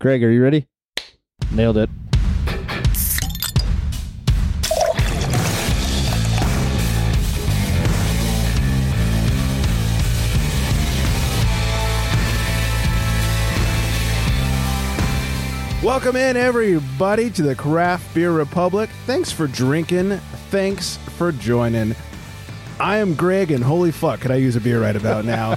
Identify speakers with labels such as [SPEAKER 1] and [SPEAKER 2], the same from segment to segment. [SPEAKER 1] Craig, are you ready?
[SPEAKER 2] Nailed it.
[SPEAKER 1] Welcome in, everybody, to the Craft Beer Republic. Thanks for drinking. Thanks for joining. I am Greg, and holy fuck, could I use a beer right about now?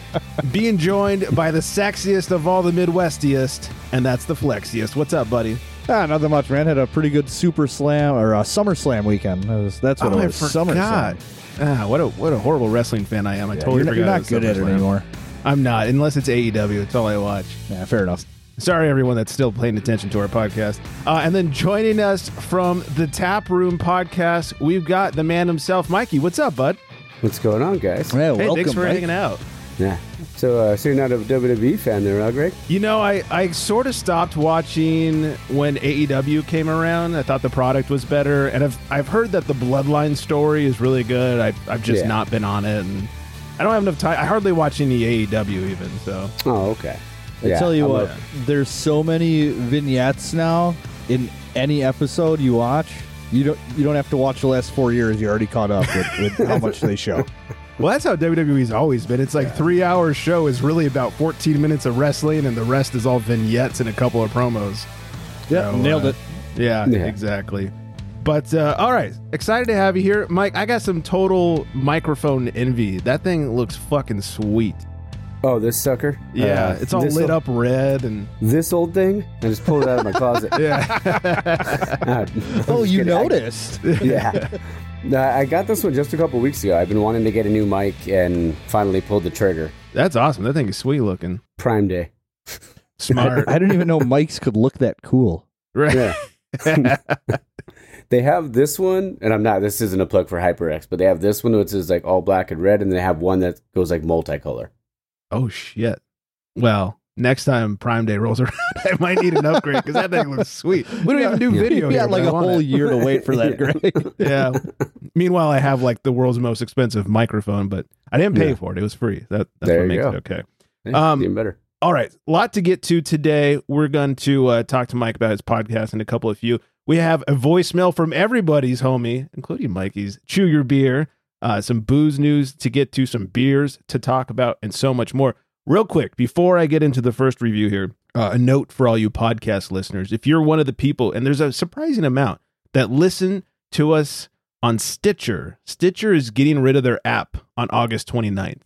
[SPEAKER 1] Being joined by the sexiest of all the Midwestiest, and that's the Flexiest. What's up, buddy?
[SPEAKER 2] Ah, nothing much, man. Had a pretty good Super Slam or uh, Summer Slam weekend. That was- that's what
[SPEAKER 1] Oh,
[SPEAKER 2] it
[SPEAKER 1] I
[SPEAKER 2] was. Summer Slam.
[SPEAKER 1] forgot. Ah, what a what a horrible wrestling fan I am. I totally
[SPEAKER 2] you're, not-
[SPEAKER 1] forgot.
[SPEAKER 2] you're
[SPEAKER 1] it
[SPEAKER 2] not
[SPEAKER 1] was
[SPEAKER 2] good at it
[SPEAKER 1] SummerSlam.
[SPEAKER 2] anymore.
[SPEAKER 1] I'm not, unless it's AEW. It's all I watch.
[SPEAKER 2] Yeah, fair enough.
[SPEAKER 1] Sorry, everyone that's still paying attention to our podcast. Uh, and then joining us from the Tap Room podcast, we've got the man himself, Mikey. What's up, bud?
[SPEAKER 3] What's going on, guys?
[SPEAKER 2] Yeah,
[SPEAKER 1] Hey,
[SPEAKER 2] welcome.
[SPEAKER 1] thanks for
[SPEAKER 2] Mike.
[SPEAKER 1] hanging out.
[SPEAKER 3] Yeah. So, uh, so you're not a WWE fan there, huh, Greg?
[SPEAKER 1] You know, I, I sort of stopped watching when AEW came around. I thought the product was better, and I've I've heard that the Bloodline story is really good. I, I've just
[SPEAKER 3] Yeah.
[SPEAKER 1] not been on it, and I don't have enough time. I hardly watch any AEW even. So
[SPEAKER 3] Oh, okay.
[SPEAKER 2] I tell you
[SPEAKER 3] I'm
[SPEAKER 2] what,
[SPEAKER 3] a-
[SPEAKER 2] there's so many vignettes now in any episode you watch. You don't you don't have to watch the last four years. You're already caught up with, with how much they show.
[SPEAKER 1] well, that's how WWE's always been. It's like three hour show is really about fourteen minutes of wrestling, and the rest is all vignettes and a couple of promos. So,
[SPEAKER 2] nailed
[SPEAKER 1] uh,
[SPEAKER 2] it.
[SPEAKER 1] Yeah,
[SPEAKER 3] Yeah.
[SPEAKER 1] exactly. But uh, all right, excited to have you here, Mike. I got some total microphone envy. That thing looks fucking sweet.
[SPEAKER 3] oh, this sucker.
[SPEAKER 1] Yeah,
[SPEAKER 3] Uh,
[SPEAKER 1] it's all
[SPEAKER 3] this
[SPEAKER 1] lit
[SPEAKER 3] ol-
[SPEAKER 1] up red and
[SPEAKER 3] This old thing. I just pulled it out of my closet.
[SPEAKER 1] yeah.
[SPEAKER 3] Uh,
[SPEAKER 2] Oh, you
[SPEAKER 3] kidding. I-
[SPEAKER 2] noticed?
[SPEAKER 3] yeah. No, I got this one just a couple weeks ago. I've been wanting to get a new mic and finally pulled the trigger.
[SPEAKER 1] That's awesome. That thing is sweet looking.
[SPEAKER 3] Prime day.
[SPEAKER 1] Smart.
[SPEAKER 2] I didn't even know mics could look that cool.
[SPEAKER 1] right.
[SPEAKER 3] Yeah. they have this one, and I'm not. This isn't a plug for HyperX, but they have this one which is like all black and red, and they have one that goes like multicolor.
[SPEAKER 1] Oh shit. Well, next time Prime Day rolls around, I might need an upgrade because that thing looks sweet. We don't even do video.
[SPEAKER 2] We
[SPEAKER 1] here,
[SPEAKER 2] had
[SPEAKER 1] but
[SPEAKER 2] like
[SPEAKER 1] I
[SPEAKER 2] a
[SPEAKER 1] want
[SPEAKER 2] whole
[SPEAKER 1] it.
[SPEAKER 2] year to wait for that.
[SPEAKER 3] Yeah.
[SPEAKER 2] Greg.
[SPEAKER 1] Yeah. Meanwhile, I have like the world's most expensive microphone, but I didn't pay
[SPEAKER 3] Yeah.
[SPEAKER 1] for it. It was free. That that's
[SPEAKER 3] There
[SPEAKER 1] what
[SPEAKER 3] you
[SPEAKER 1] makes
[SPEAKER 3] go.
[SPEAKER 1] it okay.
[SPEAKER 3] Yeah,
[SPEAKER 1] Um,
[SPEAKER 3] even better.
[SPEAKER 1] All right, lot to get to today. We're going to uh, talk to Mike about his podcast and a couple of few. We have a voicemail from everybody's homie, including Mikey's. Chew your beer, uh, some booze news to get to, some beers to talk about, and so much more. Real quick, before I get into the first review here, uh, a note for all you podcast listeners: if you're one of the people, and there's a surprising amount that listen to us on Stitcher, Stitcher is getting rid of their app on August 29th.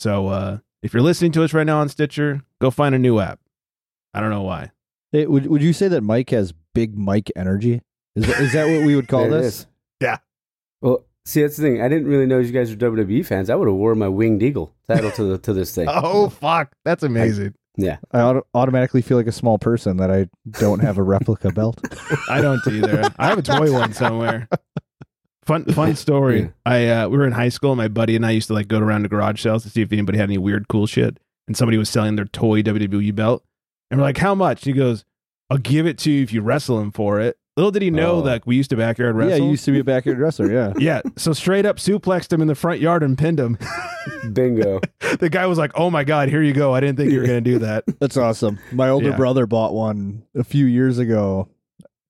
[SPEAKER 1] So uh, if you're listening to us right now on Stitcher, go find a new app. I don't know why.
[SPEAKER 2] Hey, would would you say that Mike has big Mike energy? Is that, is that what we would call
[SPEAKER 3] There it
[SPEAKER 2] this?
[SPEAKER 3] is. Well, see, that's the thing. I didn't really know you guys were WWE fans. I would have wore my winged eagle title to the to this thing.
[SPEAKER 1] Oh fuck, that's amazing.
[SPEAKER 2] I auto- automatically feel like a small person that I don't have a replica belt.
[SPEAKER 1] I don't either. I have a toy one somewhere. Fun fun story.
[SPEAKER 3] Yeah.
[SPEAKER 1] I uh, we were in high school. My buddy and I used to like go around to garage sales to see if anybody had any weird cool shit. And somebody was selling their toy WWE belt, and we're like, "How much?" And he goes, "I'll give it to you if you wrestle him for it." Little did he know
[SPEAKER 3] Oh.
[SPEAKER 1] like we used to backyard
[SPEAKER 2] Yeah,
[SPEAKER 1] wrestle.
[SPEAKER 2] you used to be a backyard dresser. Yeah,
[SPEAKER 1] yeah, so straight up suplexed him in the front yard and pinned him.
[SPEAKER 3] Bingo.
[SPEAKER 1] the guy was like, "Oh my god, here you go! I didn't think you were gonna do that."
[SPEAKER 2] that's awesome. My older
[SPEAKER 1] Yeah.
[SPEAKER 2] brother bought one a few years ago,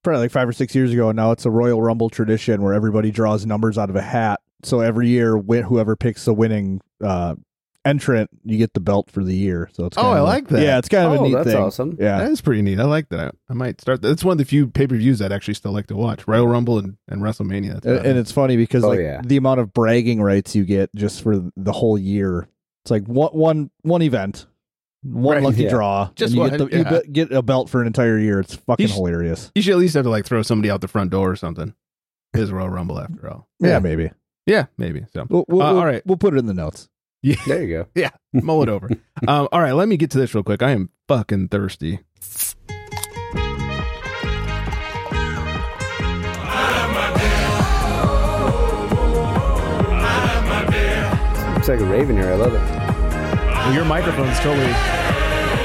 [SPEAKER 2] probably like five or six years ago, and now it's a Royal Rumble tradition where everybody draws numbers out of a hat. So every year, wh- whoever picks the winning uh, entrant, you get the belt for the year. So it's
[SPEAKER 1] Oh,
[SPEAKER 2] kind
[SPEAKER 1] I
[SPEAKER 2] of a-
[SPEAKER 1] like that.
[SPEAKER 2] Yeah, it's kind of a
[SPEAKER 3] oh,
[SPEAKER 2] neat
[SPEAKER 3] that's
[SPEAKER 2] thing.
[SPEAKER 3] awesome.
[SPEAKER 2] Yeah,
[SPEAKER 1] That is pretty neat. I like that. I might start. That's one of the few pay per views I'd actually still like to watch: Royal Rumble and, and WrestleMania. That's
[SPEAKER 2] And,
[SPEAKER 1] about
[SPEAKER 2] and
[SPEAKER 1] it.
[SPEAKER 2] it's funny because
[SPEAKER 3] Oh,
[SPEAKER 2] like
[SPEAKER 3] yeah.
[SPEAKER 2] the amount of bragging rights you get just for the whole year. It's like one one one event, one
[SPEAKER 1] Right,
[SPEAKER 2] lucky
[SPEAKER 3] yeah.
[SPEAKER 2] draw, and
[SPEAKER 1] Just
[SPEAKER 2] you
[SPEAKER 1] one,
[SPEAKER 2] get the, you
[SPEAKER 1] yeah.
[SPEAKER 2] be- get a belt for an entire year. It's fucking
[SPEAKER 1] You sh-
[SPEAKER 2] hilarious.
[SPEAKER 1] you should at least have to like throw somebody out the front door or something. It is Royal Rumble after all.
[SPEAKER 2] maybe.
[SPEAKER 1] yeah, maybe. So
[SPEAKER 2] We'll, we'll,
[SPEAKER 1] Uh, all
[SPEAKER 2] we'll-
[SPEAKER 1] right.
[SPEAKER 2] we'll put it in the notes.
[SPEAKER 1] yeah,
[SPEAKER 3] There you go.
[SPEAKER 1] mull it over. Um, all right, let me get to this real quick. I am fucking thirsty.
[SPEAKER 3] It's like a raven here. I love it.
[SPEAKER 1] Your microphone's totally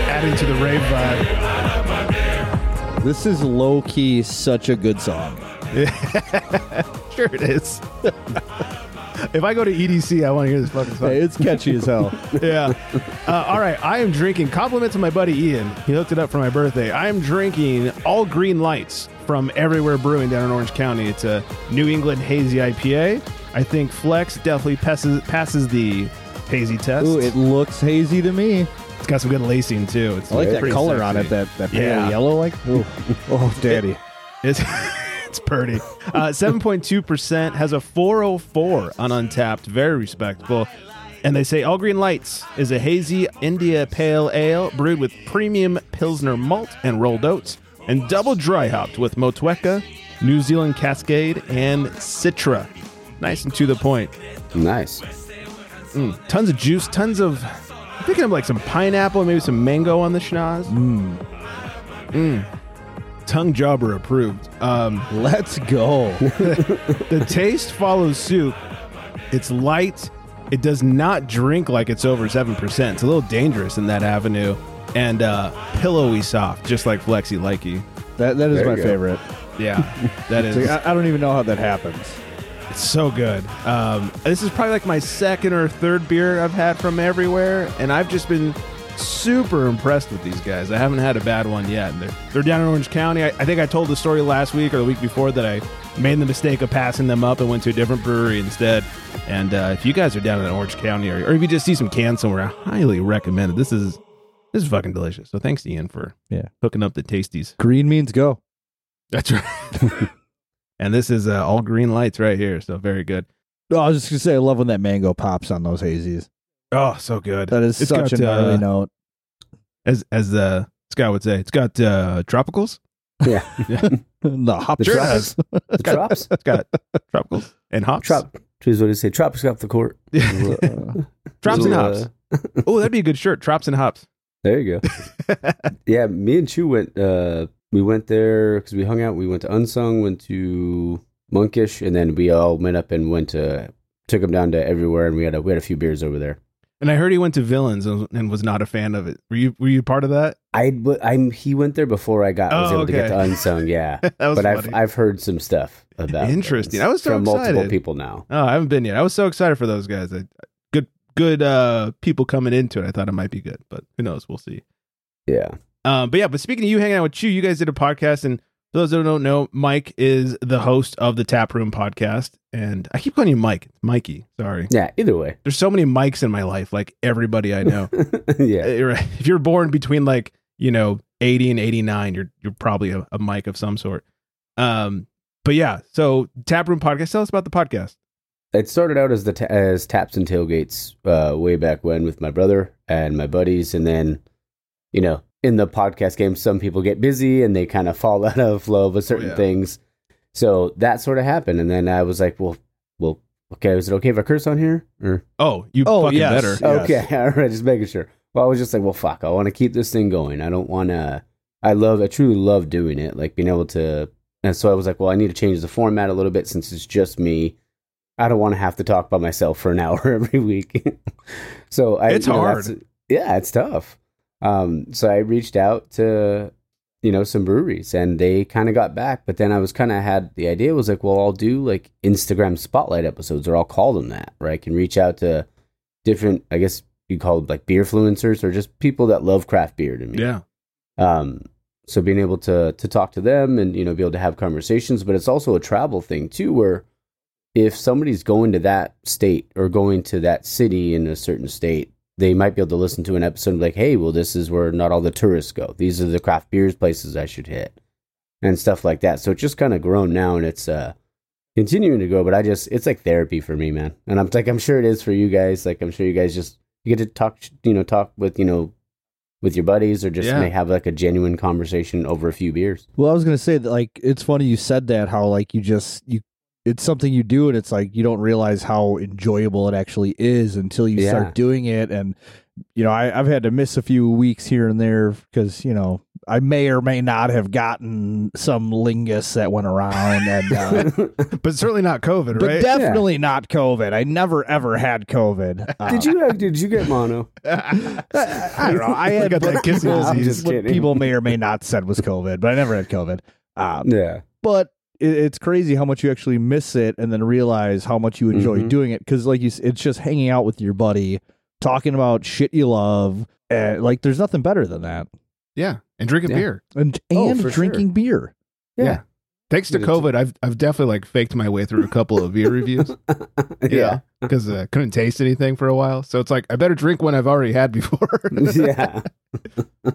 [SPEAKER 1] adding to the rave vibe.
[SPEAKER 2] This is low key such a good song.
[SPEAKER 1] Sure, it is. If I go to EDC, I want to hear this fucking song.
[SPEAKER 2] Hey, it's catchy as hell.
[SPEAKER 1] yeah. Uh, all right. I am drinking. Compliments to my buddy Ian. He hooked it up for my birthday. I am drinking All Green Lights from Everywhere Brewing down in Orange County. It's a New England hazy IPA. I think Flex definitely passes passes the hazy test.
[SPEAKER 2] Ooh, it looks hazy to me.
[SPEAKER 1] it's got some good lacing too. It's
[SPEAKER 2] I like that
[SPEAKER 1] pretty
[SPEAKER 2] color on
[SPEAKER 1] sexy.
[SPEAKER 2] it, that, that pale
[SPEAKER 1] Yeah.
[SPEAKER 2] yellow. Like, Ooh. oh, daddy.
[SPEAKER 1] It's it's pretty. Uh, 7.2% has a 404 on Untapped. Very respectable. And they say All Green Lights is a hazy India pale ale brewed with premium Pilsner malt and rolled oats and double dry hopped with Motueka, New Zealand Cascade, and Citra. Nice and to the point.
[SPEAKER 3] Nice.
[SPEAKER 1] Tons of juice, tons of. I'm picking up like some pineapple, maybe some mango on the schnoz. Mmm.
[SPEAKER 2] Mm.
[SPEAKER 1] Tongue jobber approved. Um,
[SPEAKER 2] Let's go.
[SPEAKER 1] The taste follows suit. It's light. It does not drink like it's over 7%. It's a little dangerous in that avenue. And uh, pillowy soft, just like Flexi Likey.
[SPEAKER 2] That, that is
[SPEAKER 3] There
[SPEAKER 2] my
[SPEAKER 3] you go.
[SPEAKER 2] favorite.
[SPEAKER 1] Yeah, that
[SPEAKER 2] It's
[SPEAKER 1] is
[SPEAKER 2] like, I, I don't even know how that happens.
[SPEAKER 1] it's so good. Um, this is probably like my second or third beer I've had from everywhere. And I've just been super impressed with these guys. I haven't had a bad one yet. And They're, they're down in Orange County. I, I think I told the story last week or the week before that I made the mistake of passing them up and went to a different brewery instead. And uh, if you guys are down in the Orange County area, or if you just see some cans somewhere, I highly recommend it. This is this is fucking delicious. So thanks to Ian for
[SPEAKER 2] Yeah.
[SPEAKER 1] hooking up the tasties.
[SPEAKER 2] Green means go.
[SPEAKER 1] That's right. and this is uh, all green lights right here. So very good.
[SPEAKER 2] No, I was just gonna say, I love when that mango pops on those hazies.
[SPEAKER 1] Oh, so good.
[SPEAKER 2] That is
[SPEAKER 1] It's
[SPEAKER 2] such
[SPEAKER 1] got,
[SPEAKER 2] an early
[SPEAKER 1] uh,
[SPEAKER 2] note.
[SPEAKER 1] as as uh, Scott would say, it's got uh, tropicals.
[SPEAKER 3] Yeah.
[SPEAKER 2] the hop
[SPEAKER 1] Sure
[SPEAKER 2] drops.
[SPEAKER 3] The trops.
[SPEAKER 1] It's got tropicals and hops.
[SPEAKER 3] Trop. Choose what to say. Trops off the court.
[SPEAKER 2] Uh,
[SPEAKER 1] Trops and
[SPEAKER 3] Uh,
[SPEAKER 1] hops. Oh, that'd be a good shirt. Trops and hops.
[SPEAKER 3] There you go. yeah, me and Chu went. Uh, we went there because we hung out. We went to Unsung, went to Monkish, and then we all went up and went to took them down to everywhere, and we had a we had a few beers over there.
[SPEAKER 1] And I heard he went to Villains and, and was not a fan of it. Were you were you part of that?
[SPEAKER 3] I w- I'm he went there before I got was
[SPEAKER 1] Oh,
[SPEAKER 3] able to get
[SPEAKER 1] okay.
[SPEAKER 3] to Unsung. Yeah,
[SPEAKER 1] that was
[SPEAKER 3] but I've
[SPEAKER 1] funny.
[SPEAKER 3] I've heard some stuff about
[SPEAKER 1] Interesting.
[SPEAKER 3] things
[SPEAKER 1] I was so
[SPEAKER 3] from multiple
[SPEAKER 1] excited.
[SPEAKER 3] people now.
[SPEAKER 1] oh, I haven't been yet. I was so excited for those guys. I, good good uh, people coming into it. I thought it might be good, but who knows? We'll see.
[SPEAKER 3] Yeah,
[SPEAKER 1] Um, but yeah, but speaking of you hanging out with you, you guys did a podcast, and for those that don't know, Mike is the host of the Tap Room podcast, and I keep calling you Mike, Mikey. Sorry.
[SPEAKER 3] yeah. Either way,
[SPEAKER 1] There's so many Mikes in my life, like everybody I know. Uh,
[SPEAKER 3] yeah.
[SPEAKER 1] you're right. if you're born between like you know 80 and 89, you're you're probably a, a Mike of some sort. Um, but yeah, so Tap Room podcast. Tell us about the podcast.
[SPEAKER 3] it started out as the ta- as taps and tailgates uh, way back when with my brother and my buddies, and then you know in the podcast game, some people get busy and they kind of fall out of love with certain
[SPEAKER 1] Oh, yeah.
[SPEAKER 3] things. So that sort of happened, and then I was like, well, well, okay, is it okay if I curse on here? Or
[SPEAKER 1] Oh, you
[SPEAKER 2] Oh,
[SPEAKER 1] fucking
[SPEAKER 2] yes.
[SPEAKER 1] better.
[SPEAKER 2] Yes.
[SPEAKER 3] okay, all right, just making sure. Well, I was just like, well, fuck, I want to keep this thing going. I don't want to. I love, I truly love doing it, like being able to. And so I was like, well, I need to change the format a little bit since it's just me. I don't want to have to talk by myself for an hour every week. so I,
[SPEAKER 1] It's
[SPEAKER 3] you know,
[SPEAKER 1] hard.
[SPEAKER 3] that's- Yeah, it's tough. Um, so I reached out to you know some breweries and they kind of got back but then i was kind of had the idea was like well i'll do like instagram spotlight episodes or i'll call them that where i can reach out to different i guess you call it like beer fluencers or just people that love craft beer to me
[SPEAKER 1] Yeah.
[SPEAKER 3] um so being able to to talk to them and you know be able to have conversations but it's also a travel thing too where if somebody's going to that state or going to that city in a certain state they might be able to listen to an episode and be like hey well this is where not all the tourists go these are the craft beers places i should hit and stuff like that so it's just kind of grown now and it's uh continuing to grow but i just it's like therapy for me man and i'm like i'm sure it is for you guys like i'm sure you guys just you get to talk you know talk with you know with your buddies or just
[SPEAKER 1] Yeah.
[SPEAKER 3] may have like a genuine conversation over a few beers.
[SPEAKER 2] well, I was gonna say that like it's funny you said that how like you just you it's something you do and it's like you don't realize how enjoyable it actually is until you
[SPEAKER 3] Yeah.
[SPEAKER 2] start doing it and you know I, I've had to miss a few weeks here and there because you know I may or may not have gotten some lingus that went around and uh,
[SPEAKER 1] But certainly not COVID,
[SPEAKER 2] but
[SPEAKER 1] right?
[SPEAKER 2] definitely not COVID. I never ever had COVID. Uh,
[SPEAKER 3] did you have, did you get mono?
[SPEAKER 2] I don't know. I had
[SPEAKER 1] got that kissing
[SPEAKER 2] what
[SPEAKER 3] I'm
[SPEAKER 1] disease.
[SPEAKER 3] just kidding.
[SPEAKER 2] people may or may not said was COVID, but I never had COVID. Uh,
[SPEAKER 3] Yeah.
[SPEAKER 2] but it, it's crazy how much you actually miss it and then realize how much you enjoy
[SPEAKER 3] Mhm.
[SPEAKER 2] doing it because like you s- it's just hanging out with your buddy talking about shit you love and like there's nothing better than that
[SPEAKER 1] Yeah, and drinking
[SPEAKER 3] Yeah.
[SPEAKER 1] beer.
[SPEAKER 2] and
[SPEAKER 3] Oh,
[SPEAKER 2] and
[SPEAKER 3] for
[SPEAKER 2] drinking beer
[SPEAKER 1] Yeah. Thanks to
[SPEAKER 3] Dude, it's-
[SPEAKER 1] COVID, I've I've definitely like faked my way through a couple of beer reviews.
[SPEAKER 3] yeah. yeah.
[SPEAKER 1] because I couldn't taste anything for a while. So it's like I better drink one I've already had before.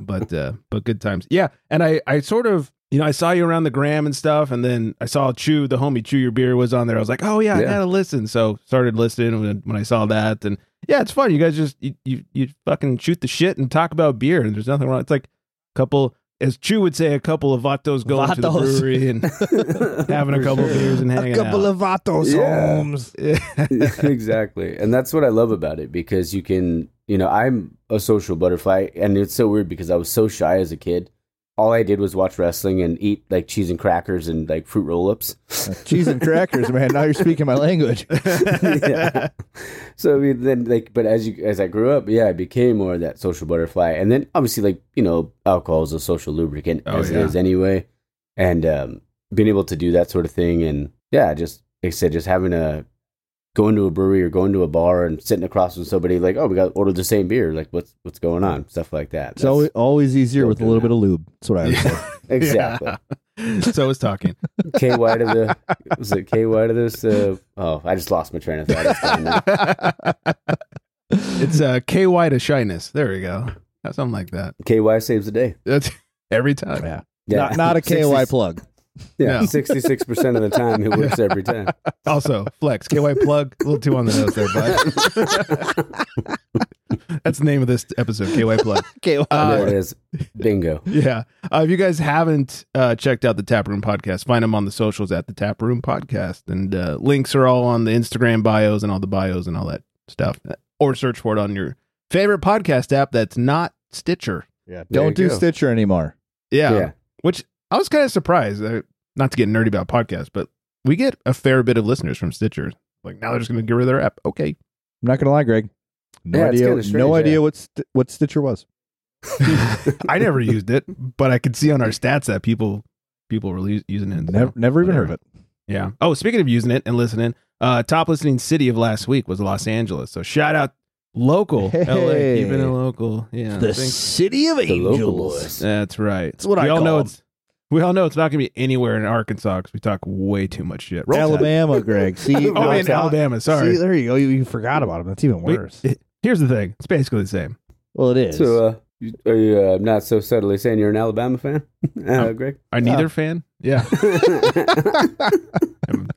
[SPEAKER 1] but uh, but good times. Yeah, and I I sort of you know I saw you around the gram and stuff, and then I saw Chew the homie Chew Your Beer was on there. I was like, oh yeah, I
[SPEAKER 3] Yeah.
[SPEAKER 1] gotta listen. So started listening when, when I saw that, and yeah, it's fun. You guys just you, you you fucking shoot the shit and talk about beer, and there's nothing wrong. It's like a couple. As Chew would say, a couple of vatos going to the
[SPEAKER 2] Vatos.
[SPEAKER 1] brewery and having a
[SPEAKER 3] For
[SPEAKER 1] couple of
[SPEAKER 3] sure.
[SPEAKER 1] beers and hanging out.
[SPEAKER 2] of vatos
[SPEAKER 3] Yeah.
[SPEAKER 2] homes
[SPEAKER 3] exactly. And that's what I love about it because you can, you know, I'm a social butterfly and it's so weird because I was so shy as a kid. All I did was watch wrestling and eat like cheese and crackers and like fruit roll ups.
[SPEAKER 2] cheese and crackers man now you're speaking my language
[SPEAKER 3] yeah. So I mean, then like, but as you as I grew up, yeah, I became more of that social butterfly, and then obviously, like you know, alcohol is a social lubricant
[SPEAKER 1] Oh,
[SPEAKER 3] as
[SPEAKER 1] yeah.
[SPEAKER 3] it is anyway, and um, being able to do that sort of thing, and yeah, just like I said, just having a going to a brewery or going to a bar and sitting across from somebody, like, oh, we got ordered the same beer, like, what's what's going on, stuff like that.
[SPEAKER 2] it's always, always easier
[SPEAKER 3] Don't
[SPEAKER 2] with a
[SPEAKER 3] do
[SPEAKER 2] little
[SPEAKER 3] that.
[SPEAKER 2] bit of lube that's what i was
[SPEAKER 3] exactly
[SPEAKER 1] Yeah. so I was talking.
[SPEAKER 3] KY to the was it KY to this? Uh, oh, I just lost my train of thought. It's fine now.
[SPEAKER 1] it's uh, KY to shyness. There we go. Something like that.
[SPEAKER 3] KY saves the day.
[SPEAKER 1] That's every time.
[SPEAKER 2] yeah. Not, not a ky
[SPEAKER 3] 66
[SPEAKER 2] plug
[SPEAKER 1] No.
[SPEAKER 3] Yeah, sixty-six percent of the time it works every time.
[SPEAKER 1] Also, flex, KY plug, a little too on the nose there, bud. That's the name of this episode, KY plug.
[SPEAKER 2] ky
[SPEAKER 1] Uh,
[SPEAKER 3] there it is. Bingo.
[SPEAKER 1] Yeah. Uh, if you guys haven't uh, checked out the Tap Room Podcast, find them on the socials at the Tap Room Podcast. And uh, links are all on the Instagram bios and all the bios and all that stuff. Or search for it on your favorite podcast app that's not Stitcher.
[SPEAKER 2] yeah
[SPEAKER 3] There you
[SPEAKER 2] don't do
[SPEAKER 3] go.
[SPEAKER 2] stitcher anymore
[SPEAKER 1] Yeah.
[SPEAKER 3] Yeah.
[SPEAKER 1] Which I was kind of surprised. uh, Not to get nerdy about podcasts, but we get a fair bit of listeners from Stitcher. Like now they're just going to get rid of their app. Okay.
[SPEAKER 2] i'm not gonna lie greg no
[SPEAKER 3] Yeah, it's
[SPEAKER 2] idea
[SPEAKER 3] kinda strange,
[SPEAKER 2] no
[SPEAKER 3] yeah.
[SPEAKER 2] idea what st- what stitcher was
[SPEAKER 1] I never used it, but I could see on our stats that people people were lu- using it.
[SPEAKER 2] Never, never even
[SPEAKER 1] whatever.
[SPEAKER 2] heard of it.
[SPEAKER 1] Yeah. Oh, speaking of using it and listening, uh, top listening city of last week was Los Angeles. So shout out local
[SPEAKER 2] Hey.
[SPEAKER 1] LA, even a local. Yeah. thanks.
[SPEAKER 2] city of
[SPEAKER 3] The local boys.
[SPEAKER 1] That's right.
[SPEAKER 2] That's what
[SPEAKER 1] we
[SPEAKER 2] I
[SPEAKER 1] all
[SPEAKER 2] call
[SPEAKER 1] know.
[SPEAKER 2] 'em.
[SPEAKER 1] It's, we all know it's not going to be anywhere in Arkansas because we talk way too much shit. Roll Tide.
[SPEAKER 2] Alabama, Greg. See,
[SPEAKER 3] Oh,
[SPEAKER 1] Oh,
[SPEAKER 2] now
[SPEAKER 1] in
[SPEAKER 2] it's not-
[SPEAKER 1] Alabama. Sorry.
[SPEAKER 2] See, there you go. You, you forgot about him. That's even
[SPEAKER 1] We-
[SPEAKER 2] worse.
[SPEAKER 1] it- here's the thing. It's basically the same.
[SPEAKER 2] well, it is.
[SPEAKER 3] So, uh, you- are you uh, not so subtly saying you're an Alabama fan, uh, Greg?
[SPEAKER 1] Are neither fan? Yeah.
[SPEAKER 3] yeah,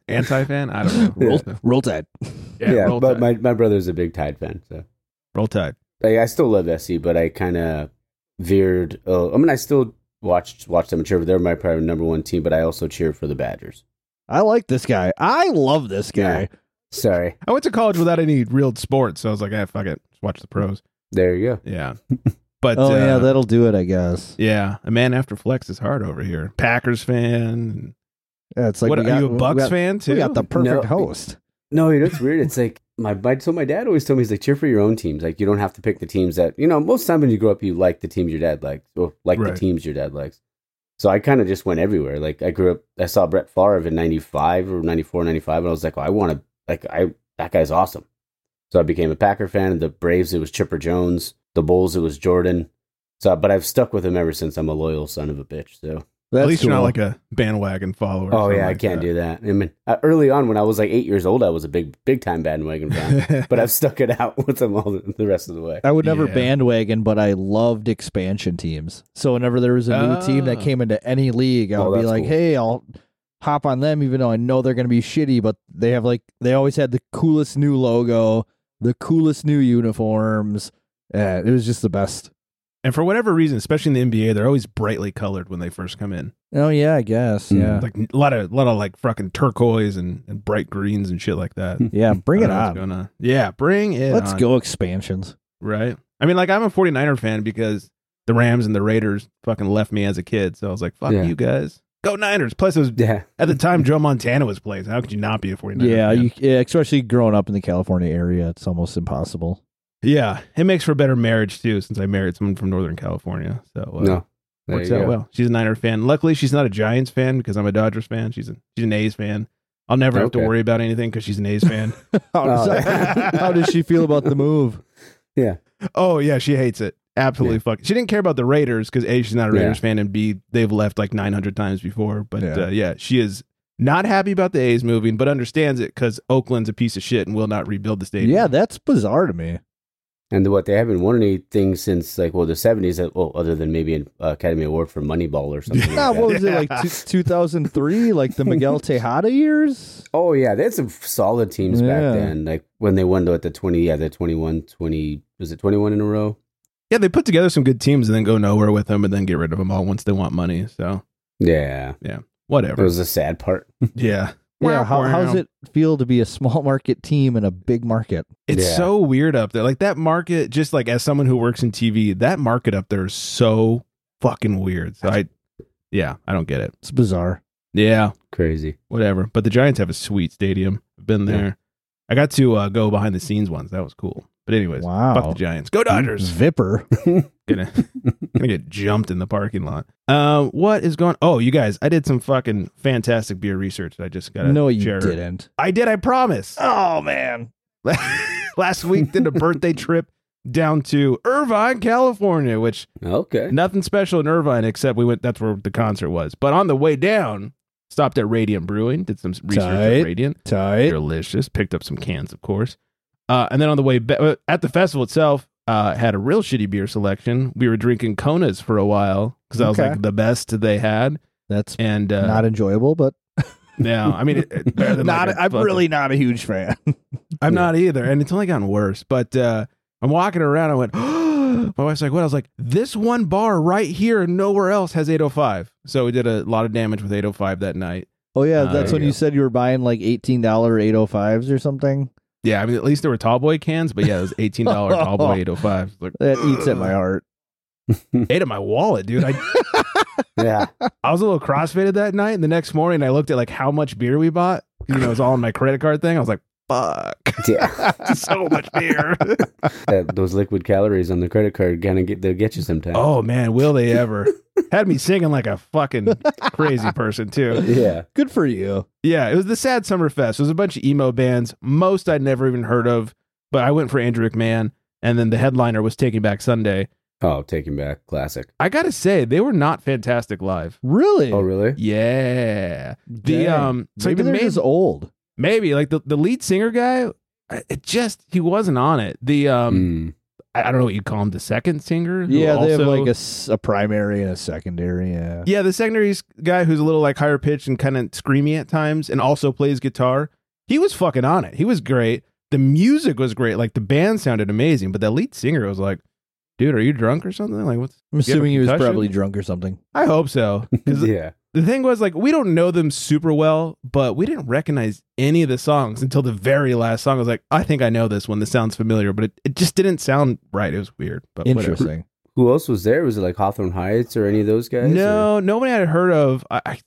[SPEAKER 1] Anti fan? I don't know.
[SPEAKER 3] Yeah.
[SPEAKER 1] Roll,
[SPEAKER 2] Roll Tide.
[SPEAKER 1] yeah, roll
[SPEAKER 3] but
[SPEAKER 1] tide.
[SPEAKER 3] my, my brother's a big Tide fan, so
[SPEAKER 1] roll tide.
[SPEAKER 3] I, I still love SC, but I kind of veered. Uh, I mean, I still watched watch them and cheer, but they're my probably number one team. But I also cheer for the Badgers.
[SPEAKER 2] I like this guy. I love this guy.
[SPEAKER 3] Sorry,
[SPEAKER 1] I went to college without any real sports, so I was like, ah, fuck it. Just watch the pros.
[SPEAKER 3] there you go.
[SPEAKER 1] Yeah. But
[SPEAKER 2] oh
[SPEAKER 1] uh,
[SPEAKER 2] yeah, that'll do it. I guess.
[SPEAKER 1] yeah, a man after flex is hard over here. Packers fan.
[SPEAKER 2] Yeah, it's like
[SPEAKER 1] what
[SPEAKER 2] we
[SPEAKER 1] are
[SPEAKER 2] got,
[SPEAKER 1] you a Bucks
[SPEAKER 2] we got,
[SPEAKER 1] fan too?
[SPEAKER 2] We got the perfect
[SPEAKER 3] No.
[SPEAKER 2] host.
[SPEAKER 3] No, you know it's weird. It's like my my so my dad always told me he's like cheer for your own teams. Like you don't have to pick the teams that you know. Most time when you grow up, you like the teams your dad likes, or like
[SPEAKER 1] Right.
[SPEAKER 3] the teams your dad likes. So I kind of just went everywhere. Like I grew up, I saw Brett Favre in '95 or '94, '95, and I was like, oh, I want to like I that guy's awesome. So I became a Packer fan. The Braves, it was Chipper Jones. The Bulls, it was Jordan. So, but I've stuck with him ever since. I'm a loyal son of a bitch. So
[SPEAKER 2] That's
[SPEAKER 1] At least you're not
[SPEAKER 2] cool.
[SPEAKER 1] like a bandwagon follower. or
[SPEAKER 3] Oh
[SPEAKER 1] something
[SPEAKER 3] yeah, I
[SPEAKER 1] like
[SPEAKER 3] can't do that. I mean, uh, early on when I was like eight years old, I was a big, big time bandwagon fan. but I've stuck it out with them all the, the rest of the way.
[SPEAKER 2] I would never
[SPEAKER 1] Yeah.
[SPEAKER 2] bandwagon, but I loved expansion teams. So whenever there was a new team that
[SPEAKER 1] Oh.
[SPEAKER 2] came into any league, I
[SPEAKER 3] Oh,
[SPEAKER 2] would be
[SPEAKER 3] that's
[SPEAKER 2] like,
[SPEAKER 3] cool.
[SPEAKER 2] "Hey, I'll hop on them," even though I know they're going to be shitty. But they have like they always had the coolest new logo, the coolest new uniforms. Yeah, it was just the best.
[SPEAKER 1] And for whatever reason, especially in the NBA, they're always brightly colored when they first come in.
[SPEAKER 2] Oh yeah, I guess.
[SPEAKER 3] Mm.
[SPEAKER 2] Yeah,
[SPEAKER 1] Like a lot of lot of like fucking turquoise and, and bright greens and shit like that.
[SPEAKER 2] yeah. Bring
[SPEAKER 1] I
[SPEAKER 2] it
[SPEAKER 1] don't know what's
[SPEAKER 2] on.
[SPEAKER 1] going on. Yeah, bring it
[SPEAKER 2] Let's
[SPEAKER 1] on.
[SPEAKER 2] go expansions.
[SPEAKER 1] Right. I mean, like I'm a 49er fan because the Rams and the Raiders fucking left me as a kid. So I was like, fuck
[SPEAKER 3] Yeah.
[SPEAKER 1] you guys. Go Niners. Plus it was
[SPEAKER 3] Yeah,
[SPEAKER 1] at the time Joe Montana was playing. So how could you not be a 49er?
[SPEAKER 2] Yeah,
[SPEAKER 1] fan?
[SPEAKER 2] you, yeah, especially growing up in the California area, it's almost impossible.
[SPEAKER 1] yeah. It makes for a better marriage too, since I married someone from Northern California. So uh,
[SPEAKER 3] no, There
[SPEAKER 1] Works
[SPEAKER 3] you
[SPEAKER 1] out
[SPEAKER 3] go.
[SPEAKER 1] well. She's a Niner fan. Luckily, she's not a Giants fan because I'm a Dodgers fan. She's a, she's an A's fan. I'll never have to
[SPEAKER 3] Okay.
[SPEAKER 1] worry about anything because she's an A's fan.
[SPEAKER 2] How does,
[SPEAKER 3] Oh.
[SPEAKER 2] how does she feel about the move?
[SPEAKER 1] oh yeah, she hates it. Absolutely fucking. She didn't care about the Raiders because a she's not a
[SPEAKER 3] Yeah.
[SPEAKER 1] Raiders fan and b they've left like 900 times before. But
[SPEAKER 2] Yeah.
[SPEAKER 1] Uh, yeah, she is not happy about the A's moving, but understands it because Oakland's a piece of shit and will not rebuild the stadium.
[SPEAKER 2] Yeah, that's bizarre to me.
[SPEAKER 3] And what they haven't won anything since like well the seventies. uh, Well, other than maybe an Academy Award for Moneyball or something.
[SPEAKER 2] Yeah,
[SPEAKER 3] like that.
[SPEAKER 2] what was it like
[SPEAKER 1] Yeah.
[SPEAKER 2] two thousand three? Like the Miguel Tejada years?
[SPEAKER 3] Oh yeah, they had some solid teams
[SPEAKER 2] Yeah.
[SPEAKER 3] back then. Like when they won at the twenty, yeah, the 21, 20, was it twenty one in a row?
[SPEAKER 1] yeah. They put together some good teams and then go nowhere with them and then get rid of them all once they want money. So
[SPEAKER 3] Yeah, that
[SPEAKER 1] whatever.
[SPEAKER 3] was the sad part.
[SPEAKER 1] yeah.
[SPEAKER 2] Yeah. How,
[SPEAKER 1] Wow.
[SPEAKER 2] how's it feel to be a small market team in a big market?
[SPEAKER 1] It's
[SPEAKER 3] Yeah.
[SPEAKER 1] so weird up there. Like that market, just like as someone who works in TV, that market up there is so fucking weird. So I, yeah, I don't get it.
[SPEAKER 2] It's bizarre.
[SPEAKER 1] Yeah,
[SPEAKER 3] Crazy.
[SPEAKER 1] whatever. But the Giants have a sweet stadium. I've been there. I got to uh, go behind the scenes once. That was cool. But anyways, fuck
[SPEAKER 2] Wow.
[SPEAKER 1] the Giants. Go Dodgers.
[SPEAKER 2] Vipper.
[SPEAKER 1] gonna, gonna get jumped in the parking lot. Um, what is going? Oh, you guys, I did some fucking fantastic beer research. that I just got.
[SPEAKER 2] No, you didn't.
[SPEAKER 1] I did. I promise.
[SPEAKER 2] Oh man. Ah.
[SPEAKER 1] last week did a birthday trip down to Irvine, California, which
[SPEAKER 3] Okay.
[SPEAKER 1] nothing special in Irvine except we went that's where the concert was. But on the way down, stopped at Radiant Brewing, did some research
[SPEAKER 2] Tight.
[SPEAKER 1] at Radiant.
[SPEAKER 2] Tight.
[SPEAKER 1] Delicious. Picked up some cans, of course. Uh, and then on the way ba- at the festival itself, uh, had a real shitty beer selection. We were drinking Kona's for a while because that was
[SPEAKER 2] Okay.
[SPEAKER 1] like the best they had.
[SPEAKER 2] That's
[SPEAKER 1] And uh,
[SPEAKER 2] not enjoyable, but
[SPEAKER 1] no, I mean, it, it- better than like a
[SPEAKER 2] I'm
[SPEAKER 1] fucking-
[SPEAKER 2] really not a huge fan.
[SPEAKER 1] I'm
[SPEAKER 3] Yeah.
[SPEAKER 1] not either, and it's only gotten worse. But uh, I'm walking around. I went. my wife's like, "What?" I was like, "This one bar right here and nowhere else has 805." So we did a lot of damage with 805 that night.
[SPEAKER 2] Oh yeah,
[SPEAKER 1] Ah,
[SPEAKER 2] that's
[SPEAKER 1] there
[SPEAKER 2] when
[SPEAKER 1] you
[SPEAKER 2] you,
[SPEAKER 1] go.
[SPEAKER 2] said you were buying like eighteen dollar eight oh fives or something.
[SPEAKER 1] Yeah, I mean, at least there were Tallboy cans, but yeah, it was 18 dollar Tallboy 805. Like,
[SPEAKER 2] That eats at my heart.
[SPEAKER 1] ate at my wallet, dude. I
[SPEAKER 3] Yeah.
[SPEAKER 1] I was a little crossfaded that night, and the next morning I looked at like how much beer we bought. You know, it was all on my credit card thing. I was like, "Fuck,
[SPEAKER 3] yeah.
[SPEAKER 1] so much beer."
[SPEAKER 3] That, those liquid calories on the credit card kind of get they'll get you sometimes.
[SPEAKER 1] oh man, will they ever? Had me singing like a fucking crazy person too.
[SPEAKER 3] yeah.
[SPEAKER 2] Good for you.
[SPEAKER 1] Yeah, it was the Sad Summer Fest. It was a bunch of emo bands, most I'd never even heard of, but I went for Andrew McMahon, and then the headliner was Taking Back Sunday.
[SPEAKER 3] Oh, taking back classic.
[SPEAKER 1] I gotta say, they were not fantastic live.
[SPEAKER 2] Really?
[SPEAKER 3] Oh, really?
[SPEAKER 1] Yeah, the
[SPEAKER 2] Dang.
[SPEAKER 1] um, so
[SPEAKER 2] maybe
[SPEAKER 1] the
[SPEAKER 2] they're
[SPEAKER 1] main-
[SPEAKER 2] just old.
[SPEAKER 1] maybe like the, the lead singer guy, I- it just he wasn't on it. The um,
[SPEAKER 3] Mm.
[SPEAKER 1] I, I don't know what you would call him, the second singer. who
[SPEAKER 2] Yeah, they have
[SPEAKER 1] also-
[SPEAKER 2] like a, s- a primary and a secondary. Yeah.
[SPEAKER 1] Yeah, the secondary s- guy who's a little like higher pitched and kind of screamy at times and also plays guitar. He was fucking on it. He was great. The music was great. Like the band sounded amazing, but the lead singer was like, dude, are you drunk or something? Like, what's.
[SPEAKER 2] I'm
[SPEAKER 1] you have a
[SPEAKER 2] assuming he was
[SPEAKER 1] concussion?
[SPEAKER 2] probably drunk or something.
[SPEAKER 1] I hope so. 'Cause
[SPEAKER 3] Yeah.
[SPEAKER 1] the thing was, like, we don't know them super well, but we didn't recognize any of the songs until the very last song. I was like, I think I know this one. This sounds familiar, but it, it just didn't sound right. It was weird. But whatever.
[SPEAKER 2] Interesting.
[SPEAKER 3] Who else was there? Was it like Hawthorne Heights or any of those guys?
[SPEAKER 1] No, nobody I'd heard of. I, I,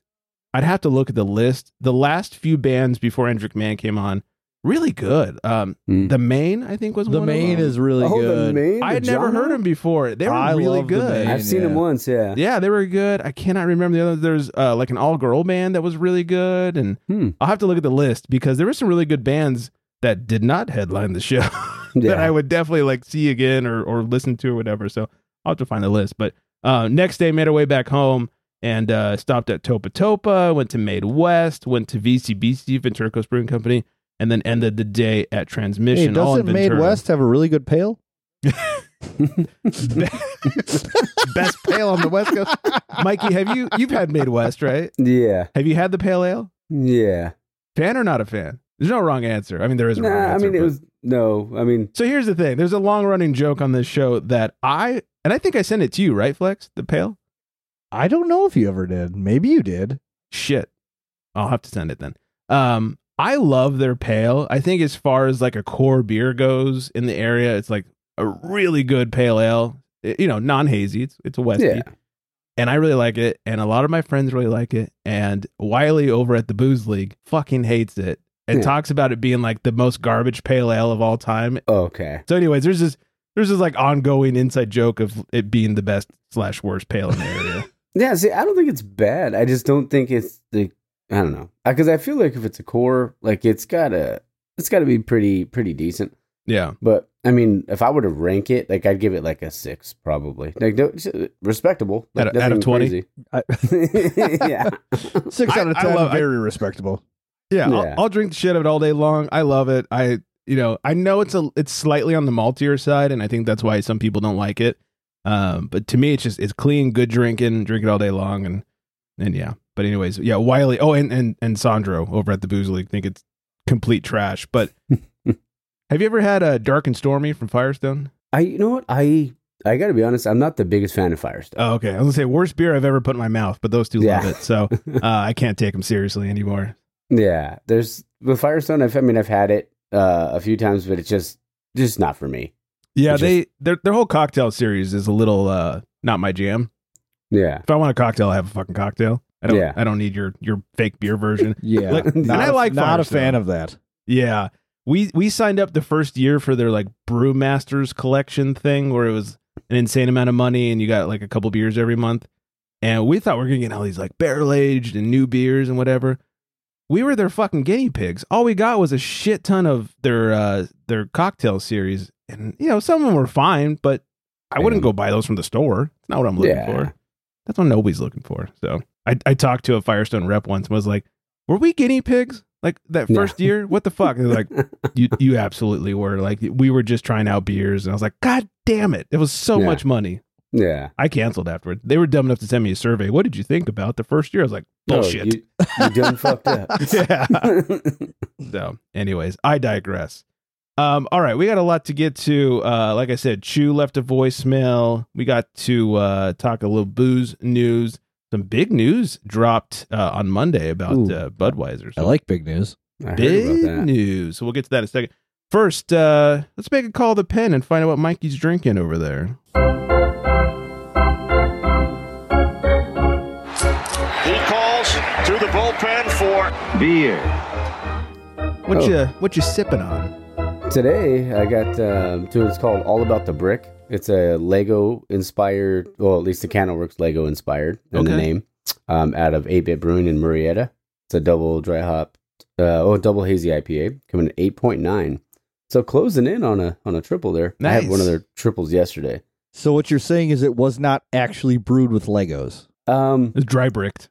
[SPEAKER 1] I'd have to look at the list. The last few bands before Hendrick Mann came on, really good. Um,
[SPEAKER 3] or- Mm.
[SPEAKER 1] the Main, I think, was
[SPEAKER 2] The
[SPEAKER 1] one of
[SPEAKER 2] main
[SPEAKER 1] them.
[SPEAKER 2] is really
[SPEAKER 3] oh, the
[SPEAKER 2] good.
[SPEAKER 3] main.
[SPEAKER 1] I had
[SPEAKER 3] the
[SPEAKER 1] never
[SPEAKER 3] genre?
[SPEAKER 1] heard them before. They were
[SPEAKER 2] I
[SPEAKER 1] really
[SPEAKER 2] love The
[SPEAKER 1] good.
[SPEAKER 2] Main.
[SPEAKER 3] I've seen them
[SPEAKER 2] Yeah.
[SPEAKER 3] once. Yeah.
[SPEAKER 1] Yeah, they were good. I cannot remember the other. There's uh, like an all girl band that was really good, and
[SPEAKER 3] Hmm.
[SPEAKER 1] I'll have to look at the list because there were some really good bands that did not headline the show. that I
[SPEAKER 3] Yeah.
[SPEAKER 1] would definitely like see again or or listen to or whatever. So I'll have to find the list. But uh, next day, made our way back home and uh, stopped at Topa Topa, went to Made West, went to VCBC Ventura Coast Brewing Company, and then ended the day at
[SPEAKER 2] Hey,
[SPEAKER 1] Transmission. all in
[SPEAKER 2] doesn't Made
[SPEAKER 1] Ventura.
[SPEAKER 2] West have a really good pail?
[SPEAKER 1] best pale on the West Coast? Mikey, have you you've had Made West right?
[SPEAKER 3] yeah.
[SPEAKER 1] Have you had the pale ale?
[SPEAKER 3] Yeah.
[SPEAKER 1] Fan or not a fan? There's no wrong answer. I mean, there is. A
[SPEAKER 3] Nah,
[SPEAKER 1] wrong
[SPEAKER 3] I
[SPEAKER 1] answer,
[SPEAKER 3] mean, it
[SPEAKER 1] but-
[SPEAKER 3] was no. I mean,
[SPEAKER 1] So here's the thing. There's a long running joke on this show that I and I think I sent it to you, right, Flex? The pail?
[SPEAKER 2] I don't know if you ever did. Maybe you did.
[SPEAKER 1] Shit. I'll have to send it then. Um I love their pale. I think as far as like a core beer goes in the area, it's like a really good pale ale. It- you know, non hazy. It's it's a Westy.
[SPEAKER 3] Yeah.
[SPEAKER 1] And I really like it. And a lot of my friends really like it. And Wiley over at the Booze League fucking hates it and
[SPEAKER 3] Yeah.
[SPEAKER 1] talks about it being like the most garbage pale ale of all time.
[SPEAKER 3] okay.
[SPEAKER 1] So, anyways, there's this there's this like ongoing inside joke of it being the best slash worst pale in the area.
[SPEAKER 3] Yeah, see, I don't think it's bad. I just don't think it's the I don't know because I feel like if it's a core, like it's gotta it's gotta be pretty pretty decent.
[SPEAKER 1] Yeah.
[SPEAKER 3] But I mean, if I were to rank it, like I'd give it like a six probably, like no, respectable. Like,
[SPEAKER 1] Out of- out of
[SPEAKER 3] nothing
[SPEAKER 1] 20?
[SPEAKER 3] crazy.
[SPEAKER 2] I-
[SPEAKER 3] yeah,
[SPEAKER 2] Six
[SPEAKER 1] I-
[SPEAKER 2] out of
[SPEAKER 1] I
[SPEAKER 2] ten,
[SPEAKER 1] love- I-
[SPEAKER 2] very respectable.
[SPEAKER 1] Yeah,
[SPEAKER 3] Yeah.
[SPEAKER 1] I'll, I'll drink the shit of it all day long. I love it. I you know I know it's a it's slightly on the maltier side, and I think that's why some people don't like it. Um, but to me, it's just it's clean, good drinking. Drink it all day long, and and yeah. But anyways, yeah, Wiley. Oh, and and and Sandro over at the Booze League think it's complete trash. But have you ever had a Dark and Stormy from Firestone?
[SPEAKER 3] I you know what I I gotta be honest, I'm not the biggest fan of Firestone.
[SPEAKER 1] Oh, okay. I was gonna say worst beer I've ever put in my mouth, but those two love
[SPEAKER 3] Yeah.
[SPEAKER 1] it, so uh, I can't take them seriously anymore.
[SPEAKER 3] Yeah, there's the Firestone. I've, I mean, I've had it uh, a few times, but it's just just not for me.
[SPEAKER 1] Yeah,
[SPEAKER 3] Which is-
[SPEAKER 1] they their their whole cocktail series is a little uh not my jam.
[SPEAKER 3] Yeah,
[SPEAKER 1] If I want a cocktail, I have a fucking cocktail. I don't.
[SPEAKER 3] Yeah.
[SPEAKER 1] I don't need your your fake beer version.
[SPEAKER 2] Yeah,
[SPEAKER 1] Like- and I like
[SPEAKER 2] not a
[SPEAKER 1] Firestone.
[SPEAKER 2] fan of that.
[SPEAKER 1] yeah, we we signed up the first year for their like brewmasters collection thing, where it was an insane amount of money, and you got like a couple beers every month. And we thought we are gonna get all these like barrel aged and new beers and whatever. We were their fucking guinea pigs. All we got was a shit ton of their uh their cocktail series, and you know some of them were fine, but I wouldn't go buy those from the store. It's not what I'm looking
[SPEAKER 3] yeah.
[SPEAKER 1] for. That's what nobody's looking for. So I, I talked to a Firestone rep once and was like, were we guinea pigs? Like that
[SPEAKER 3] No.
[SPEAKER 1] first year? What the fuck? And they're like, you, you absolutely were. Like we were just trying out beers. And I was like, God damn it. It was so
[SPEAKER 3] Yeah.
[SPEAKER 1] much money.
[SPEAKER 3] Yeah,
[SPEAKER 1] I canceled afterward. They were dumb enough to send me a survey. What did you think about the first year? I was like,
[SPEAKER 3] No,
[SPEAKER 1] bullshit.
[SPEAKER 3] Oh, you, you done fucked up.
[SPEAKER 1] yeah. So, anyways, I digress. Um, all right, we got a lot to get to. Uh, like I said, Chew left a voicemail. We got to uh, talk a little booze news. Some big news dropped uh, on Monday about
[SPEAKER 2] Ooh.
[SPEAKER 1] uh, Budweiser. So
[SPEAKER 2] like big news.
[SPEAKER 3] I heard about
[SPEAKER 1] big
[SPEAKER 3] that.
[SPEAKER 1] news. So we'll get to that in a second. First, uh, let's make a call to Penn and find out what Mikey's drinking over there.
[SPEAKER 4] He calls to the bullpen for beer.
[SPEAKER 1] What
[SPEAKER 3] Oh.
[SPEAKER 1] you what you sipping on?
[SPEAKER 3] Today I got um, to it's called All About the Brick. It's a Lego inspired, well, at least the Candleworks Lego inspired in the
[SPEAKER 1] Okay.
[SPEAKER 3] name, um, out of 8 Bit Brewing in Murrieta. It's a double dry hop, uh, oh, double hazy IPA coming at 8.9. So closing in on a on a triple there. I had one
[SPEAKER 1] Nice.
[SPEAKER 3] of their triples yesterday.
[SPEAKER 2] So what you're saying is it was not actually brewed with Legos.
[SPEAKER 3] Um,
[SPEAKER 1] It's dry bricked.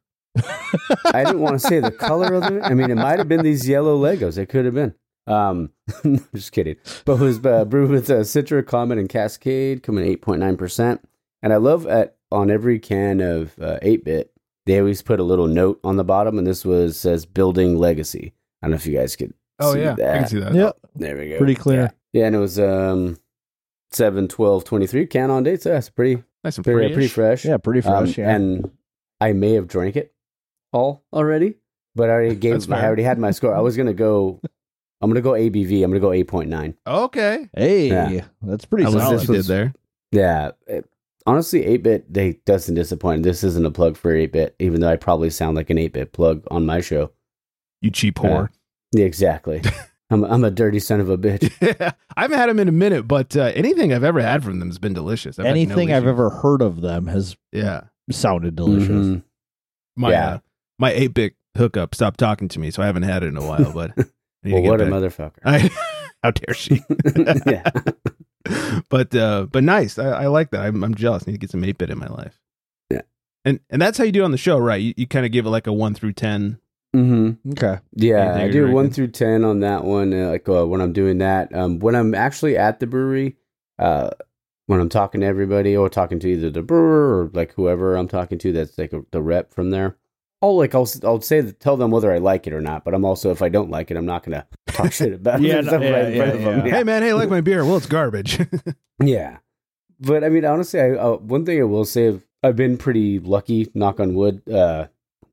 [SPEAKER 3] I didn't want to say the color of it. I mean, it might have been these yellow Legos. It could have been. Um, no, just kidding. But it was uh, brewed with uh, Citra, Comet, and Cascade, coming eight point nine percent. And I love at on every can of uh, eight bit, they always put a little note on the bottom, and this was says building legacy. I don't know if you guys could. see
[SPEAKER 1] I can
[SPEAKER 3] that.
[SPEAKER 1] see that.
[SPEAKER 2] Yep.
[SPEAKER 3] There we go.
[SPEAKER 2] Pretty clear.
[SPEAKER 3] Yeah, yeah and it was um, 7, 12, 23 can on date. So that's pretty,
[SPEAKER 1] Nice and
[SPEAKER 3] pretty,
[SPEAKER 1] pretty.
[SPEAKER 3] pretty fresh.
[SPEAKER 2] Yeah, pretty
[SPEAKER 3] Um,
[SPEAKER 2] fresh. yeah.
[SPEAKER 3] And I may have drank it all already, but I already
[SPEAKER 1] That's
[SPEAKER 3] gave.
[SPEAKER 1] fair.
[SPEAKER 3] I already had my score. I was gonna go. I'm gonna go ABV. I'm gonna go eight point nine.
[SPEAKER 1] Okay,
[SPEAKER 2] hey,
[SPEAKER 3] yeah.
[SPEAKER 2] that's
[SPEAKER 1] I
[SPEAKER 2] pretty
[SPEAKER 1] like
[SPEAKER 2] solid.
[SPEAKER 1] what you did there.
[SPEAKER 3] Yeah. it- honestly, eight bit they doesn't disappoint. This isn't a plug for eight bit, even though I probably sound like an eight bit plug on my show.
[SPEAKER 1] You cheap whore.
[SPEAKER 3] Yeah, exactly. I'm I'm a dirty son of a bitch.
[SPEAKER 1] Yeah, I haven't had them in a minute, but uh, anything I've ever had from them has been delicious. I've had no
[SPEAKER 2] Anything I've
[SPEAKER 1] issue.
[SPEAKER 2] ever heard of them has
[SPEAKER 1] yeah,
[SPEAKER 2] sounded delicious.
[SPEAKER 3] Mhm.
[SPEAKER 1] my
[SPEAKER 3] Yeah.
[SPEAKER 1] uh, my eight bit hookup stopped talking to me, so I haven't had it in a while. But I need to
[SPEAKER 3] Well,
[SPEAKER 1] get
[SPEAKER 3] what a
[SPEAKER 1] back.
[SPEAKER 3] motherfucker.
[SPEAKER 1] I, how dare she?
[SPEAKER 3] yeah.
[SPEAKER 1] but uh, but nice, I, I like that. I'm, I'm jealous. I need to get some eight bit in my life.
[SPEAKER 3] Yeah.
[SPEAKER 1] and and that's how you do it on the show, right? You, you kind of give it like a one through ten.
[SPEAKER 3] Mm-hmm.
[SPEAKER 2] Okay.
[SPEAKER 3] Yeah,
[SPEAKER 1] Anything
[SPEAKER 3] I
[SPEAKER 1] you're
[SPEAKER 3] do one
[SPEAKER 1] drinking?
[SPEAKER 3] through ten on that one. Uh, like uh, when I'm doing that, um, when I'm actually at the brewery, uh, when I'm talking to everybody or talking to either the brewer or like whoever I'm talking to, that's like a, the rep from there. I'll like I'll s- I'll say that, tell them whether I like it or not. But I'm also if I don't like it, I'm not gonna talk shit about
[SPEAKER 2] Yeah,
[SPEAKER 3] it.
[SPEAKER 2] no, yeah, yeah, yeah.
[SPEAKER 1] Hey man, hey, I like my beer. Well, it's garbage.
[SPEAKER 3] Yeah, but I mean, honestly, I, uh, one thing I will say, I've, I've been pretty lucky, knock on wood, uh,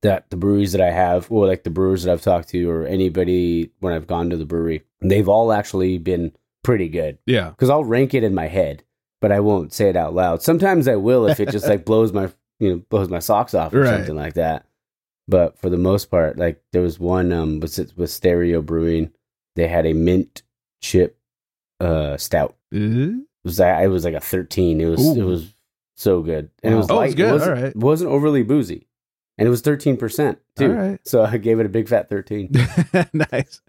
[SPEAKER 3] that the breweries that I have, or like the brewers that I've talked to, or anybody when I've gone to the brewery, they've all actually been pretty good.
[SPEAKER 1] yeah,
[SPEAKER 3] Because I'll rank it in my head, but I won't say it out loud. Sometimes I will if it just like blows my you know blows my socks off or
[SPEAKER 1] Right.
[SPEAKER 3] something like that. But for the most part, like there was one um was it was Stereo Brewing, they had a mint chip uh stout
[SPEAKER 1] Uh,
[SPEAKER 3] was that it was like a 13 it was
[SPEAKER 1] Ooh.
[SPEAKER 3] it was so good. And it was
[SPEAKER 1] Oh,
[SPEAKER 3] light.
[SPEAKER 1] it's good.
[SPEAKER 3] It wasn't,
[SPEAKER 1] All right.
[SPEAKER 3] wasn't overly boozy. And it was 13% too.
[SPEAKER 1] All right.
[SPEAKER 3] So I gave it a big fat 13.
[SPEAKER 1] nice.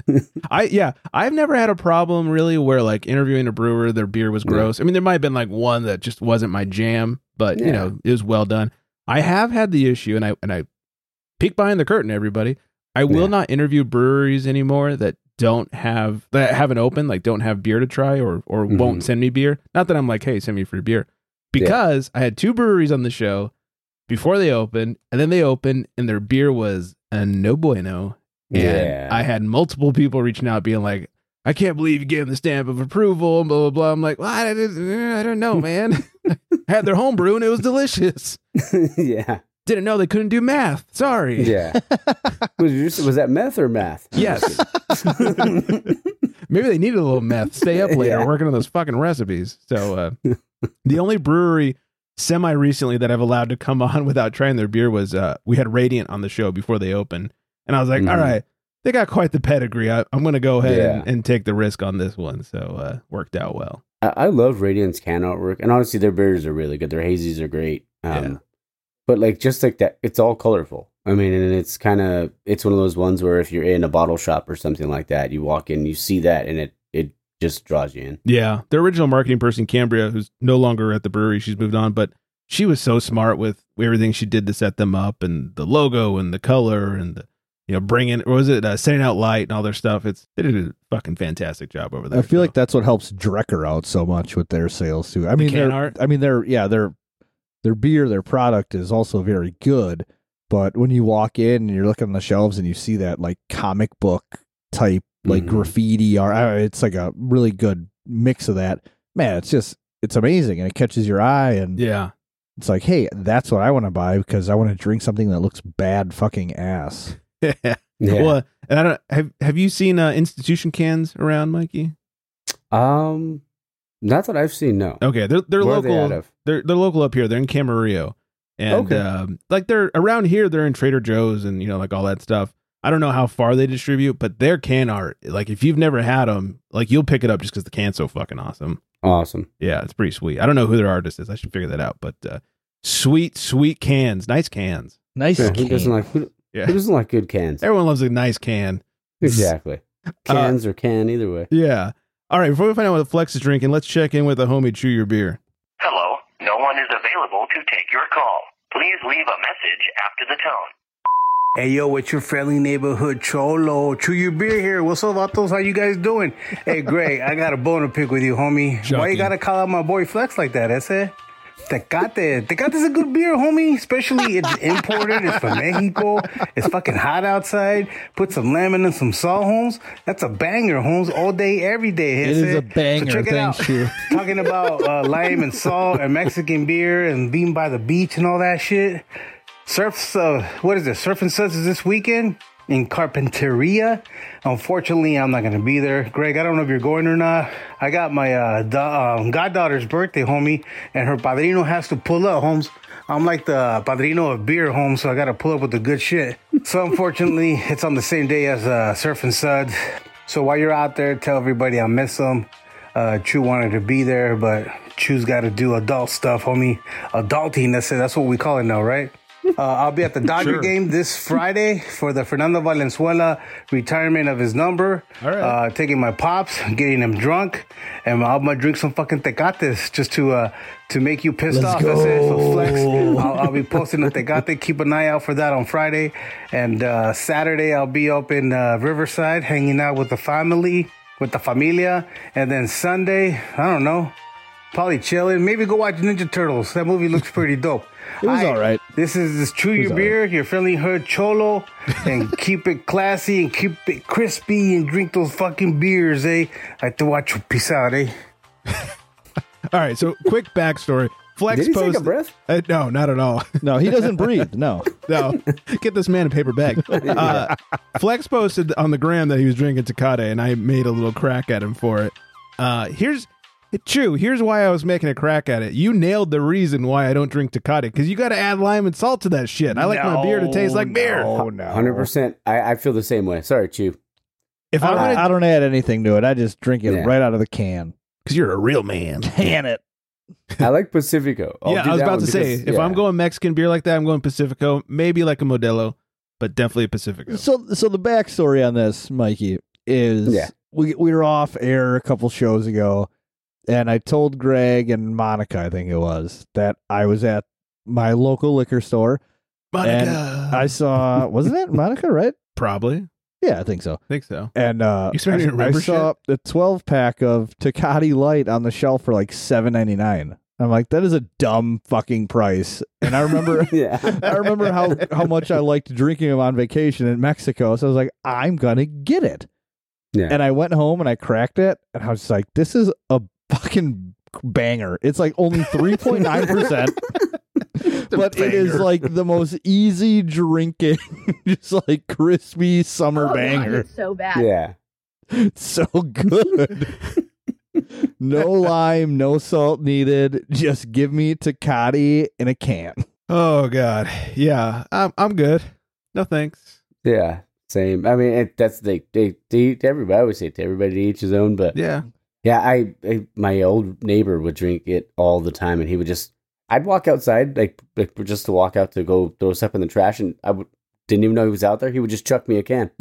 [SPEAKER 1] I yeah, I've never had a problem really where like interviewing a brewer, their beer was
[SPEAKER 3] Yeah.
[SPEAKER 1] gross. I mean, there might have been like one that just wasn't my jam, but you
[SPEAKER 3] Yeah.
[SPEAKER 1] know, it was well done. I have had the issue, and I and I peek behind the curtain, everybody. I will
[SPEAKER 3] Yeah.
[SPEAKER 1] not interview breweries anymore that don't have that haven't opened, like don't have beer to try or or won't
[SPEAKER 3] Mhm.
[SPEAKER 1] send me beer. Not that I'm like, hey, send me free beer. Because I had two breweries on the show before they opened, and then they opened, and their beer was a no bueno. And
[SPEAKER 3] Yeah.
[SPEAKER 1] I had multiple people reaching out being like, I can't believe you gave them the stamp of approval, and blah, blah, blah. I'm like, well, I, didn't- I don't know, man. had their homebrew and it was delicious.
[SPEAKER 3] yeah.
[SPEAKER 1] Didn't know they couldn't do math. Sorry.
[SPEAKER 3] Yeah. was, yours- was that meth or math?
[SPEAKER 1] Yes. Maybe they needed a little meth. Stay up later
[SPEAKER 3] Yeah.
[SPEAKER 1] working on those fucking recipes. So uh, the only brewery semi recently that I've allowed to come on without trying their beer was uh, we had Radiant on the show before they opened, and I was like,
[SPEAKER 3] Mhm.
[SPEAKER 1] "All right, they got quite the pedigree. I, I'm going to go ahead and,
[SPEAKER 3] Yeah.
[SPEAKER 1] and take the risk on this one." So uh, worked out well.
[SPEAKER 3] I, I love Radiant's can artwork, and honestly, their beers are really good. Their hazies are great. Um,
[SPEAKER 1] Yeah.
[SPEAKER 3] But like just like that, it's all colorful. I mean, and it's kind of it's one of those ones where if you're in a bottle shop or something like that, you walk in, you see that, and it it just draws you in.
[SPEAKER 1] Yeah, their original marketing person Cambria, who's no longer at the brewery, she's moved on, but she was so smart with everything she did to set them up and the logo and the color and the you know bringing or was it uh, setting out light and all their stuff. It's they did a fucking fantastic job over there.
[SPEAKER 2] I feel
[SPEAKER 1] so.
[SPEAKER 2] like that's what helps Drecker out so much with their sales too. I mean,
[SPEAKER 1] can
[SPEAKER 2] they're,
[SPEAKER 1] art?
[SPEAKER 2] I mean, they're yeah, their their beer, their product is also very good. But when you walk in and you're looking on the shelves and you see that like comic book type like
[SPEAKER 3] Mhm.
[SPEAKER 2] graffiti art, I- it's like a really good mix of that. Man, it's just it's amazing and it catches your eye and
[SPEAKER 1] yeah,
[SPEAKER 2] it's like, hey, that's what I want to buy because I want to drink something that looks bad fucking ass.
[SPEAKER 1] Well, and I don't have have you seen uh, institution cans around, Mikey?
[SPEAKER 3] um, not that I've seen. No.
[SPEAKER 1] Okay, they're Oh, they're
[SPEAKER 3] Where are
[SPEAKER 1] local.
[SPEAKER 3] They out of?
[SPEAKER 1] they're they're local up here. They're in Camarillo, and
[SPEAKER 3] Okay.
[SPEAKER 1] um, like they're around here. They're in Trader Joe's and you know like all that stuff. I don't know how far they distribute, but their can art, like if you've never had them, like you'll pick it up just because the can's so fucking awesome.
[SPEAKER 3] Awesome.
[SPEAKER 1] Yeah, it's pretty sweet. I don't know who their artist is. I should figure that out. But uh, sweet, sweet cans, nice cans.
[SPEAKER 2] Nice.
[SPEAKER 3] Yeah, who doesn't like who,
[SPEAKER 1] Yeah,
[SPEAKER 3] who doesn't like good cans?
[SPEAKER 1] everyone loves a nice can.
[SPEAKER 3] Exactly.
[SPEAKER 1] Uh,
[SPEAKER 3] Cans or can either way.
[SPEAKER 1] Yeah. All right. Before we find out what Flex is drinking, let's check in with a homie. Chew your beer.
[SPEAKER 5] Hello, no one is available to take your call. Please leave a message after the tone.
[SPEAKER 6] Hey yo, it's your friendly neighborhood cholo. Chew your beer here. What's up, Vatos? How you guys doing? Hey, Greg, I got a bone to pick with you, homie. Why
[SPEAKER 1] Chucky.
[SPEAKER 6] you gotta call out my boy Flex like that? That's it. Tecate. Tecate's a good beer, homie. Especially it's imported. It's from Mexico. It's fucking hot outside. Put some lemon and some salt, Holmes. That's a banger, Holmes. All day, every day.
[SPEAKER 7] It is
[SPEAKER 6] Hesse.
[SPEAKER 7] a
[SPEAKER 6] So
[SPEAKER 7] banger.
[SPEAKER 6] check it out
[SPEAKER 7] Thank you.
[SPEAKER 6] talking about uh, lime and salt and Mexican beer and being by the beach and all that shit. Surfs, uh, what is it? Surf and Suds is this weekend in Carpinteria. Unfortunately, I'm not going to be there. Greg, I don't know if you're going or not. I got my uh, da- um, goddaughter's birthday, homie, and her padrino has to pull up, Holmes. I'm like the padrino of beer, Holmes, so I got to pull up with the good shit. So, unfortunately, it's on the same day as uh, Surf and Suds. So, while you're out there, tell everybody I miss them. Uh, Chew wanted to be there, but Chew's got to do adult stuff, homie. Adulting, that's it. That's what we call it now, right? Uh, I'll be at the Dodger game this Friday for the Fernando Valenzuela retirement of his number. All right. Uh, taking my pops, getting him drunk, and I'm gonna drink some fucking tecates just to uh, to make you pissed off. That's it. So flex. I'll, I'll be posting a tecate. Keep an eye out for that on Friday, and uh, Saturday I'll be up in uh, Riverside hanging out with the family with the familia. And then Sunday, I don't know, probably chilling. Maybe go watch Ninja Turtles. That movie looks pretty dope.
[SPEAKER 2] It was
[SPEAKER 6] Aight,
[SPEAKER 2] all right.
[SPEAKER 6] This is this Chew Your Beer, your friendly hood cholo, and keep it classy and keep it crispy and drink those fucking beers, eh? I have to watch you peace out, eh?
[SPEAKER 1] All right. So quick backstory. Flex
[SPEAKER 3] Did he
[SPEAKER 1] post-
[SPEAKER 3] take a breath?
[SPEAKER 1] Uh, no, not at all.
[SPEAKER 2] No, he doesn't breathe. No.
[SPEAKER 1] no, get this man a paper bag. Uh, Flex posted on the gram that he was drinking Tecate, and I made a little crack at him for it. Uh, here's true. Here's why I was making a crack at it. You nailed the reason why I don't drink Tecate because you got to add lime and salt to that shit. I like my beer to taste like beer.
[SPEAKER 2] Oh no.
[SPEAKER 3] Hundred percent. I, I feel the same way. Sorry, Chew.
[SPEAKER 1] If
[SPEAKER 2] I
[SPEAKER 1] I
[SPEAKER 2] don't,
[SPEAKER 1] wanted,
[SPEAKER 2] I don't add anything to it. I just drink it
[SPEAKER 3] Yeah.
[SPEAKER 2] right out of the can.
[SPEAKER 1] because you're a real man.
[SPEAKER 2] Can it?
[SPEAKER 3] I like Pacifico. I'll
[SPEAKER 1] yeah,
[SPEAKER 3] do
[SPEAKER 1] I was
[SPEAKER 3] that
[SPEAKER 1] about
[SPEAKER 3] one
[SPEAKER 1] to say,
[SPEAKER 3] because-
[SPEAKER 1] if
[SPEAKER 3] yeah.
[SPEAKER 1] I'm going Mexican beer like that, I'm going Pacifico, maybe like a Modelo, but definitely a Pacifico.
[SPEAKER 2] So, so the backstory on this, Mikey, is
[SPEAKER 3] Yeah.
[SPEAKER 2] we we were off air a couple shows ago, and I told Greg and Monica, I think it was, that I was at my local liquor store.
[SPEAKER 1] Monica.
[SPEAKER 2] I saw, wasn't it Monica? Right?
[SPEAKER 1] probably
[SPEAKER 2] Yeah, I think so.
[SPEAKER 1] think so.
[SPEAKER 2] And uh,
[SPEAKER 1] You started
[SPEAKER 2] I,
[SPEAKER 1] to
[SPEAKER 2] I
[SPEAKER 1] remember
[SPEAKER 2] saw the twelve pack of Takati Light on the shelf for like seven ninety nine. I'm like, that is a dumb fucking price. And I remember
[SPEAKER 3] yeah.
[SPEAKER 2] I remember how, how much I liked drinking them on vacation in Mexico. So I was like, I'm going to get it.
[SPEAKER 3] Yeah.
[SPEAKER 2] And I went home and I cracked it. And I was like, this is a fucking banger. It's like only 3.9%. But it is
[SPEAKER 1] banger.
[SPEAKER 2] like the most easy drinking, just like crispy summer
[SPEAKER 7] Oh, God,
[SPEAKER 2] banger.
[SPEAKER 7] it's so bad.
[SPEAKER 3] Yeah.
[SPEAKER 2] It's so good. no lime, no salt needed. Just give me Tecate in a can.
[SPEAKER 1] Oh God, yeah, I'm I'm good. No thanks.
[SPEAKER 3] Yeah. Same. I mean, it, that's they, they, they, to everybody, I always say to everybody to each his own, but
[SPEAKER 1] Yeah,
[SPEAKER 3] Yeah, I, I my old neighbor would drink it all the time, and he would just I'd walk outside like like just to walk out to go throw stuff in the trash, and I would, didn't even know he was out there. He would just chuck me a can.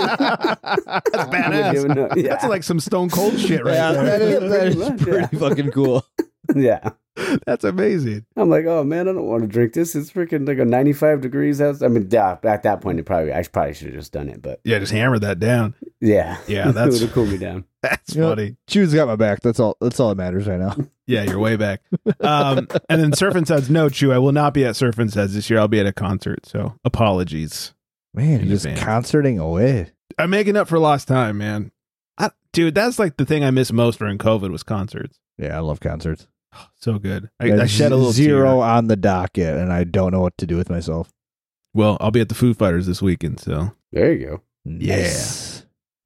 [SPEAKER 1] that's
[SPEAKER 3] I wouldn't
[SPEAKER 1] badass.
[SPEAKER 3] even know. Yeah.
[SPEAKER 1] That's like some Stone Cold shit right
[SPEAKER 2] yeah,
[SPEAKER 1] there.
[SPEAKER 2] that is, that is
[SPEAKER 3] Pretty much,
[SPEAKER 2] pretty fucking cool.
[SPEAKER 3] yeah.
[SPEAKER 1] That's amazing.
[SPEAKER 3] I'm like, oh man, I don't want to drink this. It's freaking like a 95 degrees outside. I mean, yeah, at that point, it probably I probably should have just done it, but
[SPEAKER 1] Yeah, just hammer that down.
[SPEAKER 3] yeah,
[SPEAKER 1] Yeah, that's-
[SPEAKER 3] would have cooled me down.
[SPEAKER 1] That's
[SPEAKER 2] Yeah.
[SPEAKER 1] funny.
[SPEAKER 2] Chew's got my back. That's all. That's all that matters right now.
[SPEAKER 1] Yeah, you're way back. Um, and then Surf and Suds. No, Chew, I will not be at Surf and Suds this year. I'll be at a concert. So apologies.
[SPEAKER 2] Man,
[SPEAKER 1] In
[SPEAKER 2] you're just
[SPEAKER 1] advance.
[SPEAKER 2] concerting away.
[SPEAKER 1] I'm making up for lost time, man. I, dude, that's like the thing I missed most during COVID was concerts.
[SPEAKER 2] Yeah, I love concerts.
[SPEAKER 1] So good. I, I shed a little
[SPEAKER 2] zero
[SPEAKER 1] tear.
[SPEAKER 2] on the docket, and I don't know what to do with myself.
[SPEAKER 1] Well, I'll be at the Foo Fighters this weekend, so
[SPEAKER 3] There you go.
[SPEAKER 1] Yeah.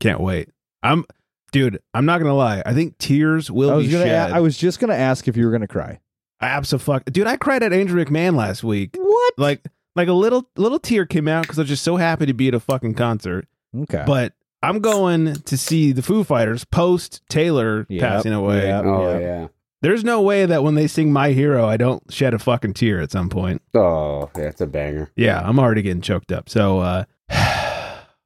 [SPEAKER 1] can't wait. I'm, dude. I'm not gonna lie. I think tears will
[SPEAKER 2] I was
[SPEAKER 1] be
[SPEAKER 2] gonna.
[SPEAKER 1] shed.
[SPEAKER 2] a- I was just gonna ask if you were gonna cry.
[SPEAKER 1] Abso-fuck- dude. I cried at Andrew McMahon last week.
[SPEAKER 2] What?
[SPEAKER 1] Like, like a little little tear came out because I was just so happy to be at a fucking concert.
[SPEAKER 2] Okay.
[SPEAKER 1] But I'm going to see the Foo Fighters post Taylor
[SPEAKER 2] Yep,
[SPEAKER 1] passing away.
[SPEAKER 2] yep.
[SPEAKER 3] Oh
[SPEAKER 2] yeah.
[SPEAKER 3] yeah.
[SPEAKER 1] There's no way that when they sing My Hero, I don't shed a fucking tear at some point.
[SPEAKER 3] Oh, that's a banger.
[SPEAKER 1] Yeah, I'm already getting choked up. So uh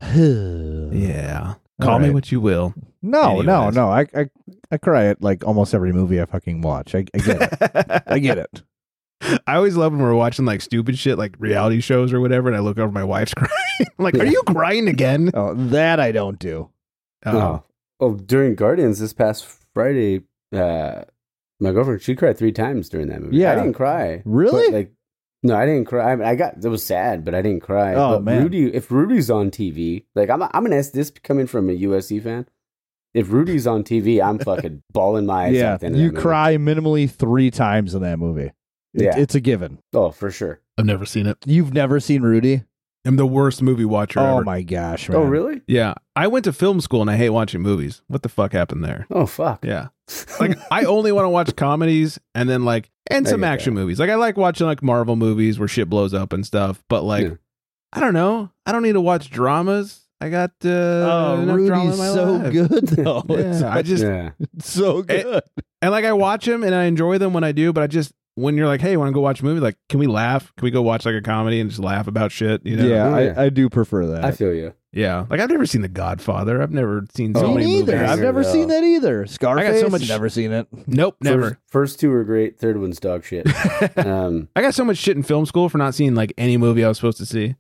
[SPEAKER 2] yeah.
[SPEAKER 1] yeah.
[SPEAKER 2] All
[SPEAKER 1] Call me
[SPEAKER 2] right.
[SPEAKER 1] what you will.
[SPEAKER 2] No, no,
[SPEAKER 1] Anyways.
[SPEAKER 2] no. I, I, I cry at like almost every movie I fucking watch. I, I get it. I get it.
[SPEAKER 1] I always love when we're watching like stupid shit like reality shows or whatever and I look over my wife's crying. I'm like, are you crying again?
[SPEAKER 2] Oh, that I don't do.
[SPEAKER 1] Oh.
[SPEAKER 3] Oh, during Guardians this past Friday, uh, my girlfriend she cried three times during that movie. I
[SPEAKER 2] Yeah.
[SPEAKER 3] didn't cry.
[SPEAKER 2] Really?
[SPEAKER 3] But, like, no, I didn't cry. I, mean, I got it was sad, but I didn't cry.
[SPEAKER 2] Oh,
[SPEAKER 3] but
[SPEAKER 2] man.
[SPEAKER 3] Rudy, if Rudy's on TV, like I'm, I'm gonna ask this coming from a USC fan. If Rudy's on TV, I'm fucking bawling my eyes out. at the end of
[SPEAKER 2] you
[SPEAKER 3] that movie.
[SPEAKER 2] cry minimally three times in that movie. It-
[SPEAKER 3] Yeah.
[SPEAKER 2] it's a given.
[SPEAKER 3] Oh, for sure.
[SPEAKER 1] I've never seen it.
[SPEAKER 2] You've never seen Rudy?
[SPEAKER 1] I'm the worst movie watcher
[SPEAKER 2] Oh
[SPEAKER 1] ever.
[SPEAKER 2] my gosh!
[SPEAKER 3] Oh,
[SPEAKER 2] man.
[SPEAKER 3] really?
[SPEAKER 1] Yeah. I went to film school and I hate watching movies. What the fuck happened there?
[SPEAKER 3] Oh, fuck.
[SPEAKER 1] Yeah. Like I only want to watch comedies and then like and
[SPEAKER 3] I
[SPEAKER 1] some
[SPEAKER 3] get
[SPEAKER 1] action movies. Like I like watching like Marvel movies where shit blows up and stuff, but like
[SPEAKER 3] Yeah.
[SPEAKER 1] I don't know. I don't need to watch dramas. I got uh
[SPEAKER 2] Oh,
[SPEAKER 1] enough drama in
[SPEAKER 2] Rudy's
[SPEAKER 1] my
[SPEAKER 2] so
[SPEAKER 1] life.
[SPEAKER 2] good though. It's
[SPEAKER 1] Yeah, I just
[SPEAKER 3] yeah.
[SPEAKER 2] so good.
[SPEAKER 1] and like I watch them and I enjoy them when I do, but I just when you're like, hey, want to go watch a movie? Like, can we laugh? Can we go watch like a comedy and just laugh about shit? You know?
[SPEAKER 2] yeah,
[SPEAKER 3] Yeah.
[SPEAKER 2] I, I do prefer that.
[SPEAKER 3] I feel you.
[SPEAKER 1] Yeah. Like I've never seen The Godfather. I've never seen so
[SPEAKER 3] Oh,
[SPEAKER 2] Me
[SPEAKER 1] many
[SPEAKER 2] neither.
[SPEAKER 1] movies.
[SPEAKER 2] I've never
[SPEAKER 3] Yeah.
[SPEAKER 2] seen that either. Scarface.
[SPEAKER 1] much-
[SPEAKER 2] Never seen it.
[SPEAKER 1] nope,
[SPEAKER 3] First,
[SPEAKER 1] never.
[SPEAKER 3] first two were great. Third one's dog shit. um,
[SPEAKER 1] I got so much shit in film school for not seeing like any movie I was supposed to see.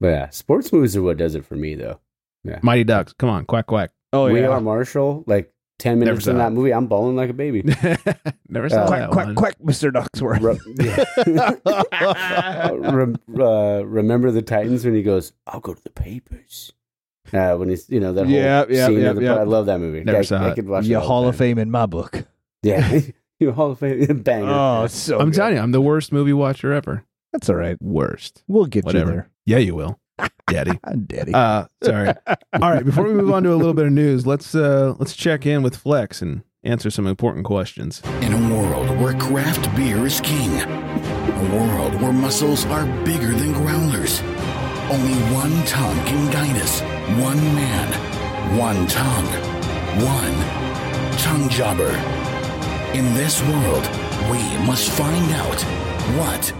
[SPEAKER 3] but yeah, sports movies are what does it for me, though.
[SPEAKER 1] Mighty Ducks. Come on, quack quack.
[SPEAKER 2] Oh
[SPEAKER 3] we
[SPEAKER 2] yeah.
[SPEAKER 3] are Marshall. Like ten minutes
[SPEAKER 1] saw
[SPEAKER 3] in that
[SPEAKER 1] it.
[SPEAKER 3] movie, I'm bawling like a baby.
[SPEAKER 1] never saw that
[SPEAKER 3] Uh,
[SPEAKER 2] quack quack
[SPEAKER 1] one.
[SPEAKER 2] quack, Mister Ducksworth.
[SPEAKER 3] Re- Rem- uh, remember the Titans when he goes, "I'll go to the papers." Uh, when he's you know that whole
[SPEAKER 2] Yeah, yeah,
[SPEAKER 3] scene.
[SPEAKER 2] yeah,
[SPEAKER 3] of the,
[SPEAKER 2] yeah.
[SPEAKER 3] I love that movie.
[SPEAKER 1] Never
[SPEAKER 3] I,
[SPEAKER 1] saw
[SPEAKER 3] I
[SPEAKER 1] it.
[SPEAKER 3] could watch
[SPEAKER 2] Your
[SPEAKER 3] it all
[SPEAKER 2] Hall
[SPEAKER 3] the
[SPEAKER 2] of
[SPEAKER 3] time.
[SPEAKER 2] Fame in my book.
[SPEAKER 3] Yeah, your Hall of Fame banger.
[SPEAKER 2] Oh, it's so.
[SPEAKER 1] I'm
[SPEAKER 2] good.
[SPEAKER 1] telling you, I'm the worst movie watcher ever.
[SPEAKER 2] That's all right.
[SPEAKER 1] Worst.
[SPEAKER 2] We'll get
[SPEAKER 1] Whatever.
[SPEAKER 2] you there.
[SPEAKER 1] Yeah, you will, Daddy.
[SPEAKER 2] Ah, Daddy.
[SPEAKER 1] Uh, sorry. All right. Before we move on to a little bit of news, let's uh let's check in with Flex and answer some important questions.
[SPEAKER 8] In a world where craft beer is king, a world where muscles are bigger than growlers, only one tongue can guide us. One man, one tongue, one tongue jobber. In this world, we must find out what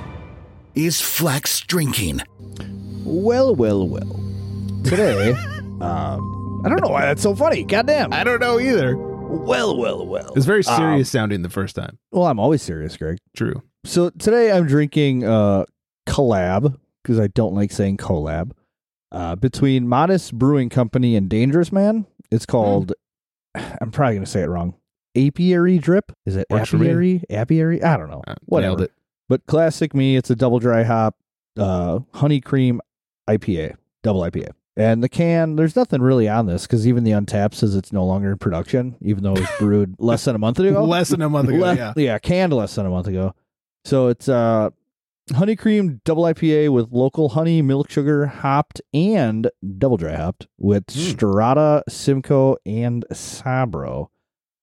[SPEAKER 8] is Flex drinking?
[SPEAKER 2] Well, well, well. Today, um, I don't know why that's so funny. Goddamn.
[SPEAKER 1] I don't know either.
[SPEAKER 2] Well, well, well.
[SPEAKER 1] It's very serious sounding the first time.
[SPEAKER 2] Well, I'm always serious, Greg.
[SPEAKER 1] True.
[SPEAKER 2] So today I'm drinking uh, collab because I don't like saying collab uh, between Modest Brewing Company and Dangerous Man.
[SPEAKER 1] Hmm.
[SPEAKER 2] It's called. I'm probably gonna say it wrong. Apiary drip is it
[SPEAKER 1] Works for me.
[SPEAKER 2] apiary apiary? I don't know.
[SPEAKER 1] Uh,
[SPEAKER 2] Whatever.
[SPEAKER 1] Nailed it.
[SPEAKER 2] But classic me, it's a double dry hop, uh, honey cream IPA, double IPA. And the can, there's nothing really on this because even the untapped says it's no longer in production, even though it was brewed less than a month ago.
[SPEAKER 1] Less than a month ago.
[SPEAKER 2] Le-
[SPEAKER 1] yeah.
[SPEAKER 2] canned less than a month ago. So it's uh honey cream double IPA with local honey, milk sugar, hopped, and double dry hopped with
[SPEAKER 1] Mm.
[SPEAKER 2] Strata, Simcoe, and Sabro.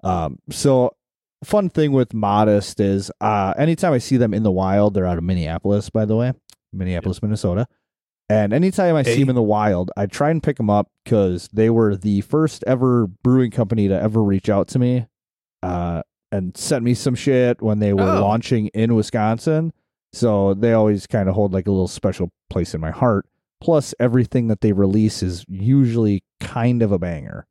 [SPEAKER 2] Um, so fun thing with Modest is uh anytime I see them in the wild, they're out of Minneapolis, by the way. Minneapolis, Minnesota. And anytime I see
[SPEAKER 1] Hey.
[SPEAKER 2] them in the wild, I try and pick them up because they were the first ever brewing company to ever reach out to me uh, and sent me some shit when they were
[SPEAKER 1] Oh.
[SPEAKER 2] launching in Wisconsin. So they always kind of hold like a little special place in my heart. Plus, everything that they release is usually kind of a banger.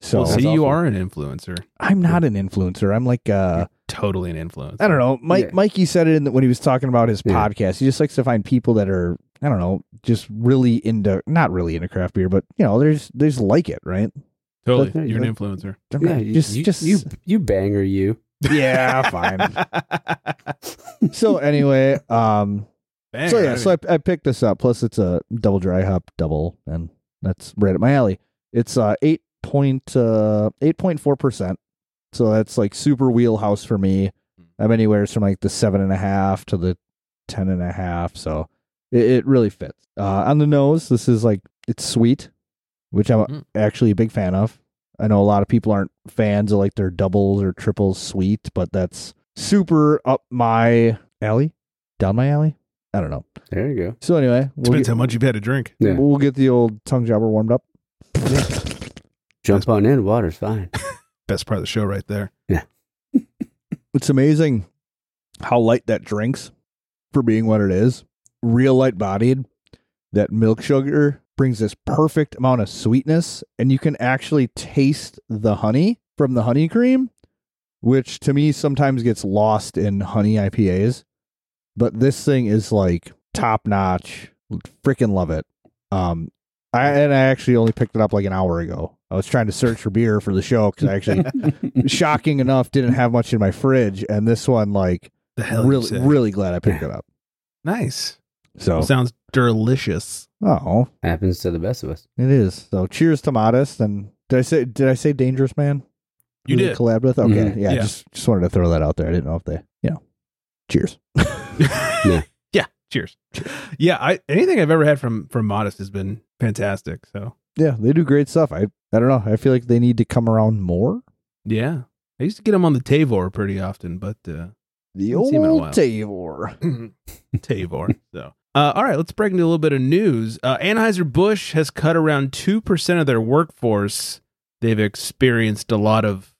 [SPEAKER 2] So
[SPEAKER 1] well, see, you are an influencer.
[SPEAKER 2] I'm not an influencer. I'm like uh,
[SPEAKER 1] Totally an influencer.
[SPEAKER 2] I don't know. Mike
[SPEAKER 3] Yeah.
[SPEAKER 2] Mikey said it in the, when he was talking about his
[SPEAKER 3] Yeah.
[SPEAKER 2] podcast. He just likes to find people that are I don't know, just really into not really into craft beer, but you know, there's there's like it, right?
[SPEAKER 1] Totally.
[SPEAKER 3] But-
[SPEAKER 1] You're an influencer.
[SPEAKER 2] They're
[SPEAKER 3] Yeah,
[SPEAKER 2] not-
[SPEAKER 3] you,
[SPEAKER 2] just
[SPEAKER 3] you,
[SPEAKER 2] just
[SPEAKER 3] you, you banger you.
[SPEAKER 2] yeah, fine. so anyway, um,
[SPEAKER 1] Bang,
[SPEAKER 2] so yeah,
[SPEAKER 1] right?
[SPEAKER 2] so I, I picked this up. Plus, it's a double dry hop double, and that's right up my alley. It's uh eight point uh eight point four percent. So that's like super wheelhouse for me. I'm anywhere from like the seven and a half to the ten and a half. So it, it really fits. Uh, on the nose, this is like it's sweet, which I'm
[SPEAKER 1] Mm.
[SPEAKER 2] actually a big fan of. I know a lot of people aren't fans of like their doubles or triples sweet, but that's super up my alley, down my alley. I don't know.
[SPEAKER 3] There you go.
[SPEAKER 2] So anyway, we'll
[SPEAKER 1] Depends
[SPEAKER 2] get,
[SPEAKER 1] how much you've had to drink.
[SPEAKER 3] Yeah.
[SPEAKER 2] we'll get the old tongue jobber warmed up.
[SPEAKER 3] Jump on in. Water's fine.
[SPEAKER 1] Best part of the show right there.
[SPEAKER 2] It's amazing how light that drinks for being what it is. Real light bodied. That milk sugar brings this perfect amount of sweetness, and you can actually taste the honey from the honey cream, which to me sometimes gets lost in honey IPAs. But this thing is like top notch. Freaking love it. Um, I and I actually only picked it up like an hour ago. I was trying to search for beer for the show because I actually shocking enough, didn't have much in my fridge, and this one, like,
[SPEAKER 1] The hell you
[SPEAKER 2] really, Oh.
[SPEAKER 1] said.
[SPEAKER 2] really glad I picked it up.
[SPEAKER 1] nice.
[SPEAKER 2] So,
[SPEAKER 1] Sounds delicious.
[SPEAKER 2] oh,
[SPEAKER 3] Happens to the best of us.
[SPEAKER 2] it is. So, cheers to Modest. And did I say, did I say Dangerous Man?
[SPEAKER 1] You
[SPEAKER 2] Who they
[SPEAKER 1] did.
[SPEAKER 2] collab with? Okay,
[SPEAKER 3] Mhm.
[SPEAKER 2] yeah,
[SPEAKER 1] Yeah.
[SPEAKER 2] Just, just wanted to throw that out there. I didn't know if they, you know, cheers.
[SPEAKER 1] yeah. Yeah. Cheers. Yeah. I anything I've ever had from from Modest has been fantastic. So
[SPEAKER 2] Yeah, they do great stuff. I, I don't know. I feel like they need to come around more.
[SPEAKER 1] yeah. I used to get them on the Tavor pretty often, but uh
[SPEAKER 2] The
[SPEAKER 1] Haven't
[SPEAKER 2] old
[SPEAKER 1] seen them in a while.
[SPEAKER 2] Tavor. Mm-hmm.
[SPEAKER 1] Tavor. So, uh, all right, let's break into a little bit of news. Uh, Anheuser Busch has cut around two percent of their workforce. They've experienced a lot of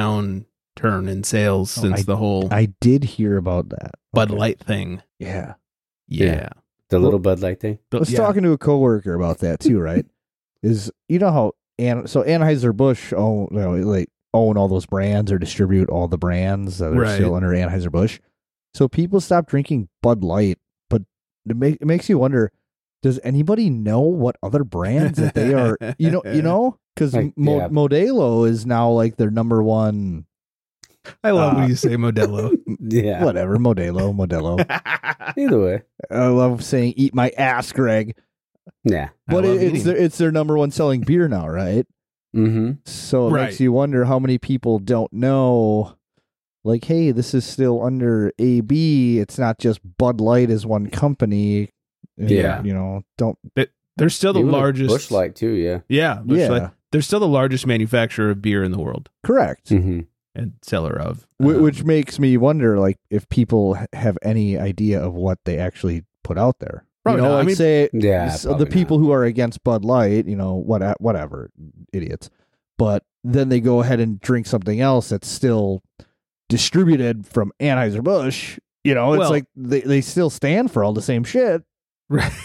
[SPEAKER 1] downturn in sales
[SPEAKER 2] Oh,
[SPEAKER 1] since
[SPEAKER 2] I-
[SPEAKER 1] the whole
[SPEAKER 2] I did hear about that.
[SPEAKER 1] Bud
[SPEAKER 2] Okay.
[SPEAKER 1] Light thing.
[SPEAKER 2] Yeah.
[SPEAKER 1] Yeah,
[SPEAKER 3] Yeah. The little Bud Light thing.
[SPEAKER 1] But-
[SPEAKER 2] I was
[SPEAKER 1] yeah.
[SPEAKER 2] talking to a coworker about that too, right? Is you know how An- so Anheuser Busch own you know, like own all those brands or distribute all the brands that are
[SPEAKER 1] Right.
[SPEAKER 2] still under Anheuser Busch. So people stop drinking Bud Light, but it, ma- it makes you wonder: Does anybody know what other brands that they are? You know, you know, because
[SPEAKER 3] Like,
[SPEAKER 2] Mo-
[SPEAKER 3] yeah.
[SPEAKER 2] Modelo is now like their number one,
[SPEAKER 1] I love
[SPEAKER 2] Uh,
[SPEAKER 1] when you say Modelo.
[SPEAKER 3] Yeah.
[SPEAKER 2] whatever. Modelo, Modelo.
[SPEAKER 3] Either way.
[SPEAKER 2] I love saying "eat my ass, Greg,"
[SPEAKER 3] Yeah.
[SPEAKER 2] but it, it's their, it's their number one selling beer now, right?
[SPEAKER 3] Mm-hmm.
[SPEAKER 2] So it
[SPEAKER 1] Right.
[SPEAKER 2] makes you wonder how many people don't know, like, hey, this is still under AB. It's not just Bud Light is one company. And,
[SPEAKER 3] Yeah.
[SPEAKER 2] you know, don't.
[SPEAKER 1] they're still the largest.
[SPEAKER 3] Bush Light too. Yeah.
[SPEAKER 1] Yeah, Busch
[SPEAKER 2] yeah,
[SPEAKER 1] Light. They're still the largest manufacturer of beer in the world
[SPEAKER 2] correct.
[SPEAKER 3] Mm-hmm.
[SPEAKER 1] and seller of.
[SPEAKER 2] Wh-
[SPEAKER 1] Um,
[SPEAKER 2] which makes me wonder, like, if people h- have any idea of what they actually put out there.
[SPEAKER 1] Probably
[SPEAKER 2] you know,
[SPEAKER 1] not. I
[SPEAKER 2] like
[SPEAKER 1] mean-
[SPEAKER 2] say
[SPEAKER 3] Yeah.
[SPEAKER 2] so uh, the people who are against Bud Light, you know, what uh, whatever, idiots. But then they go ahead and drink something else that's still distributed from Anheuser-Busch. You know, it's
[SPEAKER 1] Well-
[SPEAKER 2] like they, they still stand for all the same shit.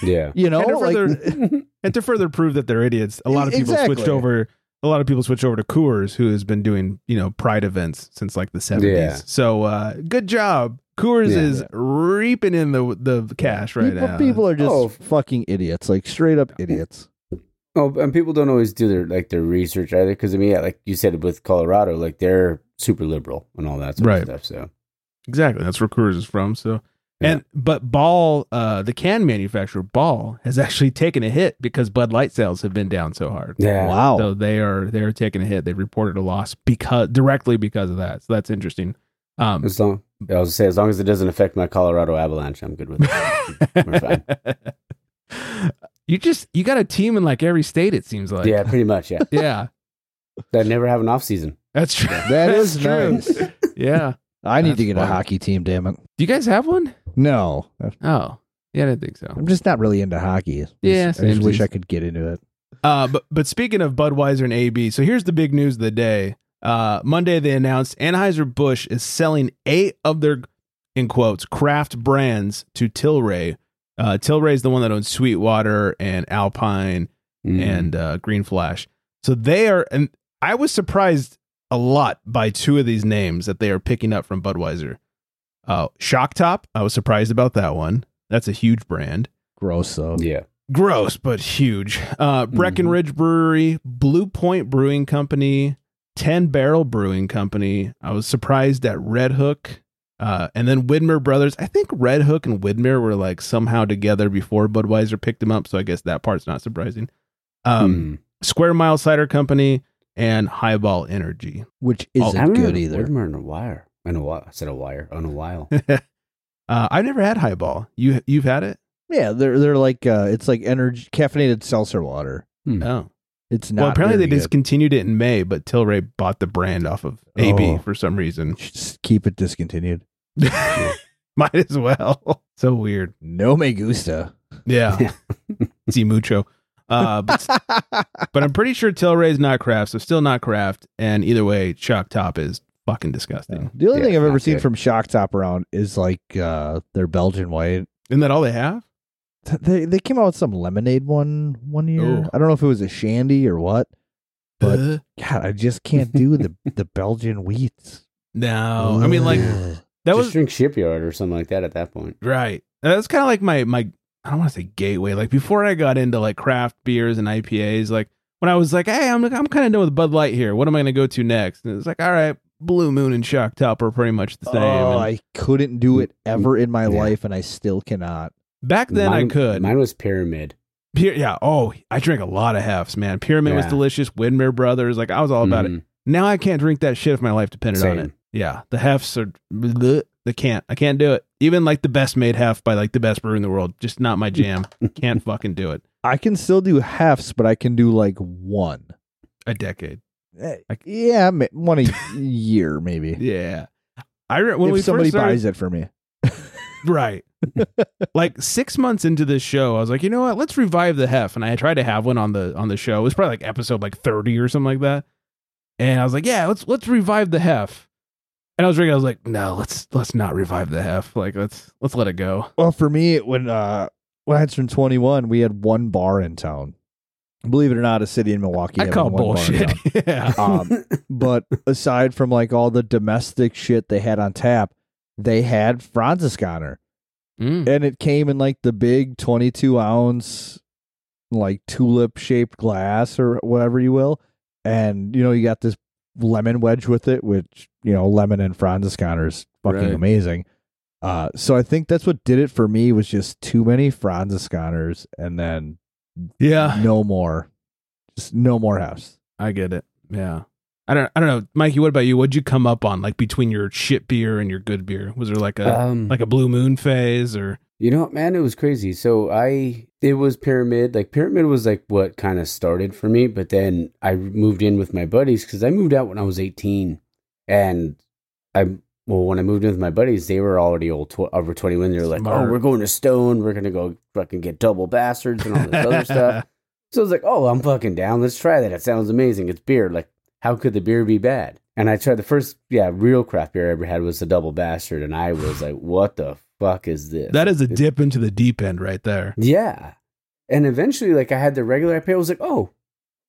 [SPEAKER 3] Yeah.
[SPEAKER 2] You know,
[SPEAKER 1] And to
[SPEAKER 2] like
[SPEAKER 1] further- and to further prove that they're idiots, a lot of people
[SPEAKER 2] Exactly.
[SPEAKER 1] switched over. A lot of people switch over to Coors, who has been doing you know Pride events since like the seventies.
[SPEAKER 3] Yeah.
[SPEAKER 1] So uh, good job, Coors
[SPEAKER 3] Yeah.
[SPEAKER 1] is reaping in the the cash right
[SPEAKER 2] people,
[SPEAKER 1] now.
[SPEAKER 2] people are just
[SPEAKER 3] Oh.
[SPEAKER 2] fucking idiots, like straight up idiots.
[SPEAKER 3] Oh, and people don't always do their like their research either, because I mean, yeah, like you said with Colorado, like they're super liberal and all that sort
[SPEAKER 1] Right.
[SPEAKER 3] of stuff. So
[SPEAKER 1] exactly that's where Coors is from. So
[SPEAKER 3] Yeah.
[SPEAKER 1] and but Ball, uh, the can manufacturer Ball, has actually taken a hit because Bud Light sales have been down so hard.
[SPEAKER 3] yeah,
[SPEAKER 2] Wow.
[SPEAKER 1] So they are they are taking a hit. They reported a loss because directly because of that. So that's interesting. Um,
[SPEAKER 3] as long I was gonna say as long as it doesn't affect my Colorado Avalanche, I'm good with it. We're fine.
[SPEAKER 1] you just you got a team in like every state. It seems like
[SPEAKER 3] yeah, pretty much. Yeah,
[SPEAKER 1] yeah.
[SPEAKER 3] I never have an off season.
[SPEAKER 1] That's true.
[SPEAKER 2] that
[SPEAKER 1] That's
[SPEAKER 2] is nice.
[SPEAKER 1] Yeah.
[SPEAKER 2] I need to
[SPEAKER 1] That's
[SPEAKER 2] get a
[SPEAKER 1] fun.
[SPEAKER 2] hockey team, damn it.
[SPEAKER 1] Do you guys have one?
[SPEAKER 2] No,
[SPEAKER 1] Oh, yeah, I didn't think so.
[SPEAKER 2] I'm just not really into hockey. I just-
[SPEAKER 1] Yeah,
[SPEAKER 2] I just wish
[SPEAKER 1] samesies.
[SPEAKER 2] I could get into it.
[SPEAKER 1] Uh, but but speaking of Budweiser and AB, so here's the big news of the day. Uh, Monday they announced Anheuser Busch is selling eight of their in quotes craft brands to Tilray. Uh, Tilray is the one that owns Sweetwater and Alpine
[SPEAKER 3] Mm.
[SPEAKER 1] and uh, Green Flash. So they are, and I was surprised a lot by two of these names that they are picking up from Budweiser. Uh, Shock Top, I was surprised about that one. That's a huge brand
[SPEAKER 2] Gross though.
[SPEAKER 3] Mm. yeah,
[SPEAKER 1] gross but huge uh breckenridge brewery blue point brewing company 10 barrel brewing company i was surprised at red hook uh and then widmer brothers i think red hook and widmer were like somehow together before budweiser picked them up so i guess that part's not surprising um
[SPEAKER 3] Mm.
[SPEAKER 1] square mile cider company and highball energy
[SPEAKER 2] Which
[SPEAKER 1] Oh,
[SPEAKER 2] isn't
[SPEAKER 3] I remember
[SPEAKER 2] good either.
[SPEAKER 3] Widmer and a wire. And a while. I said a wire on a while.
[SPEAKER 1] uh i've never had highball you you've had it
[SPEAKER 2] Yeah, they're they're like uh, it's like energy caffeinated seltzer water.
[SPEAKER 1] no
[SPEAKER 2] It's not.
[SPEAKER 1] Oh. well apparently they
[SPEAKER 2] very good.
[SPEAKER 1] discontinued it in may but tilray bought the brand off of ab
[SPEAKER 2] Oh.
[SPEAKER 1] for some reason
[SPEAKER 2] just keep it discontinued.
[SPEAKER 1] Might as well. So weird.
[SPEAKER 2] No me gusta.
[SPEAKER 1] Yeah. See mucho. Uh, but, but I'm pretty sure Tilray's not craft, so still not craft. And either way, Shock Top is fucking disgusting.
[SPEAKER 2] The only
[SPEAKER 3] Yeah,
[SPEAKER 2] thing I've
[SPEAKER 3] it's
[SPEAKER 2] ever
[SPEAKER 3] not
[SPEAKER 2] seen
[SPEAKER 3] good.
[SPEAKER 2] from Shock Top around is like uh, their Belgian white.
[SPEAKER 1] Isn't that all they have?
[SPEAKER 2] Th- They they came out with some lemonade one one year.
[SPEAKER 1] Ooh.
[SPEAKER 2] I don't know if it was a shandy or what. But-
[SPEAKER 1] Uh,
[SPEAKER 2] God, I just can't do the the Belgian wheats.
[SPEAKER 1] no. Oh, I mean, like,
[SPEAKER 2] Ugh.
[SPEAKER 1] that
[SPEAKER 3] Just
[SPEAKER 1] was
[SPEAKER 3] drink shipyard or something like that at that point.
[SPEAKER 1] right. That's kind of like my, my, I don't want to say gateway. Like, before I got into like craft beers and IPAs, like, when I was like, hey, I'm, I'm kind of done with Bud Light here. What am I going to go to next? And it was like, all right, Blue Moon and Shock Top are pretty much the same.
[SPEAKER 2] Oh,
[SPEAKER 1] And
[SPEAKER 2] I couldn't do it ever in my
[SPEAKER 3] Yeah.
[SPEAKER 2] life, and I still cannot.
[SPEAKER 1] back then, I
[SPEAKER 3] Mine-
[SPEAKER 1] could.
[SPEAKER 3] Mine was pyramid.
[SPEAKER 1] Pier- yeah. Oh, I drank a lot of hefts, man. Pyramid was
[SPEAKER 3] Yeah. Mm-hmm.
[SPEAKER 1] delicious. Windmere Brothers, like I was all about it. Now I can't drink that shit if my life depended on
[SPEAKER 3] Same.
[SPEAKER 1] it. Yeah, the hefts are bleh, they can't. I can't do it. Even like the best made heft by like the best brewer in the world, just not my jam. can't fucking do it.
[SPEAKER 2] I can still do halves, but I can do like one.
[SPEAKER 1] A decade.
[SPEAKER 2] Eh,
[SPEAKER 1] Like-
[SPEAKER 2] yeah, ma- one a year maybe.
[SPEAKER 1] Yeah. I re- when
[SPEAKER 2] if
[SPEAKER 1] we
[SPEAKER 2] somebody
[SPEAKER 1] first started,
[SPEAKER 2] buys it for me,
[SPEAKER 1] right. like six months into this show, I was like, you know what? Let's revive the hef. And I tried to have one on the on the show. It was probably like episode like thirty or something like that. And I was like, yeah, let's let's revive the hef. And I was drinking. I was like, no, let's let's not revive the hef. Like let's let's let it go.
[SPEAKER 2] well, for me when uh when I had turned twenty one, we had one bar in town. Believe it or not, a city in Milwaukee.
[SPEAKER 1] I
[SPEAKER 2] having
[SPEAKER 1] call
[SPEAKER 2] one bar in town.
[SPEAKER 1] bullshit. yeah.
[SPEAKER 2] um, but aside from like all the domestic shit they had on tap, they had Franziskaner.
[SPEAKER 1] Mm.
[SPEAKER 2] and it came in like the big 22 ounce like tulip shaped glass or whatever you will and you know you got this lemon wedge with it which you know lemon and franziskaner is fucking
[SPEAKER 1] Right.
[SPEAKER 2] amazing uh so i think that's what did it for me was just too many franziskaners and then
[SPEAKER 1] Yeah.
[SPEAKER 2] no more just no more house
[SPEAKER 1] I get it. Yeah. I don't. I don't know, Mikey. What about you? What'd you come up on, like between your shit beer and your good beer? Was there like
[SPEAKER 2] Uh,
[SPEAKER 1] a
[SPEAKER 3] Um,
[SPEAKER 1] like a blue moon phase or?
[SPEAKER 3] You know, man, it was crazy. So I, it was Pyramid. Like Pyramid was like what kind of started for me, but then I moved in with my buddies because I moved out when I was eighteen, and I, well, when I moved in with my buddies, they were already old, tw- over twenty when they were like,
[SPEAKER 1] Smart.
[SPEAKER 3] oh, we're going to Stone, we're gonna go fucking get double bastards and all this other stuff. So I was like, oh, I'm fucking down. Let's try that. It sounds amazing. It's beer. Like, how could the beer be bad? And I tried the first, yeah, real craft beer I ever had was the Double Bastard, and I was like, "What the fuck is this?"
[SPEAKER 1] That is a
[SPEAKER 3] It-
[SPEAKER 1] dip into the deep end right there.
[SPEAKER 3] Yeah. And eventually, like I had the regular IPA. I was like, oh,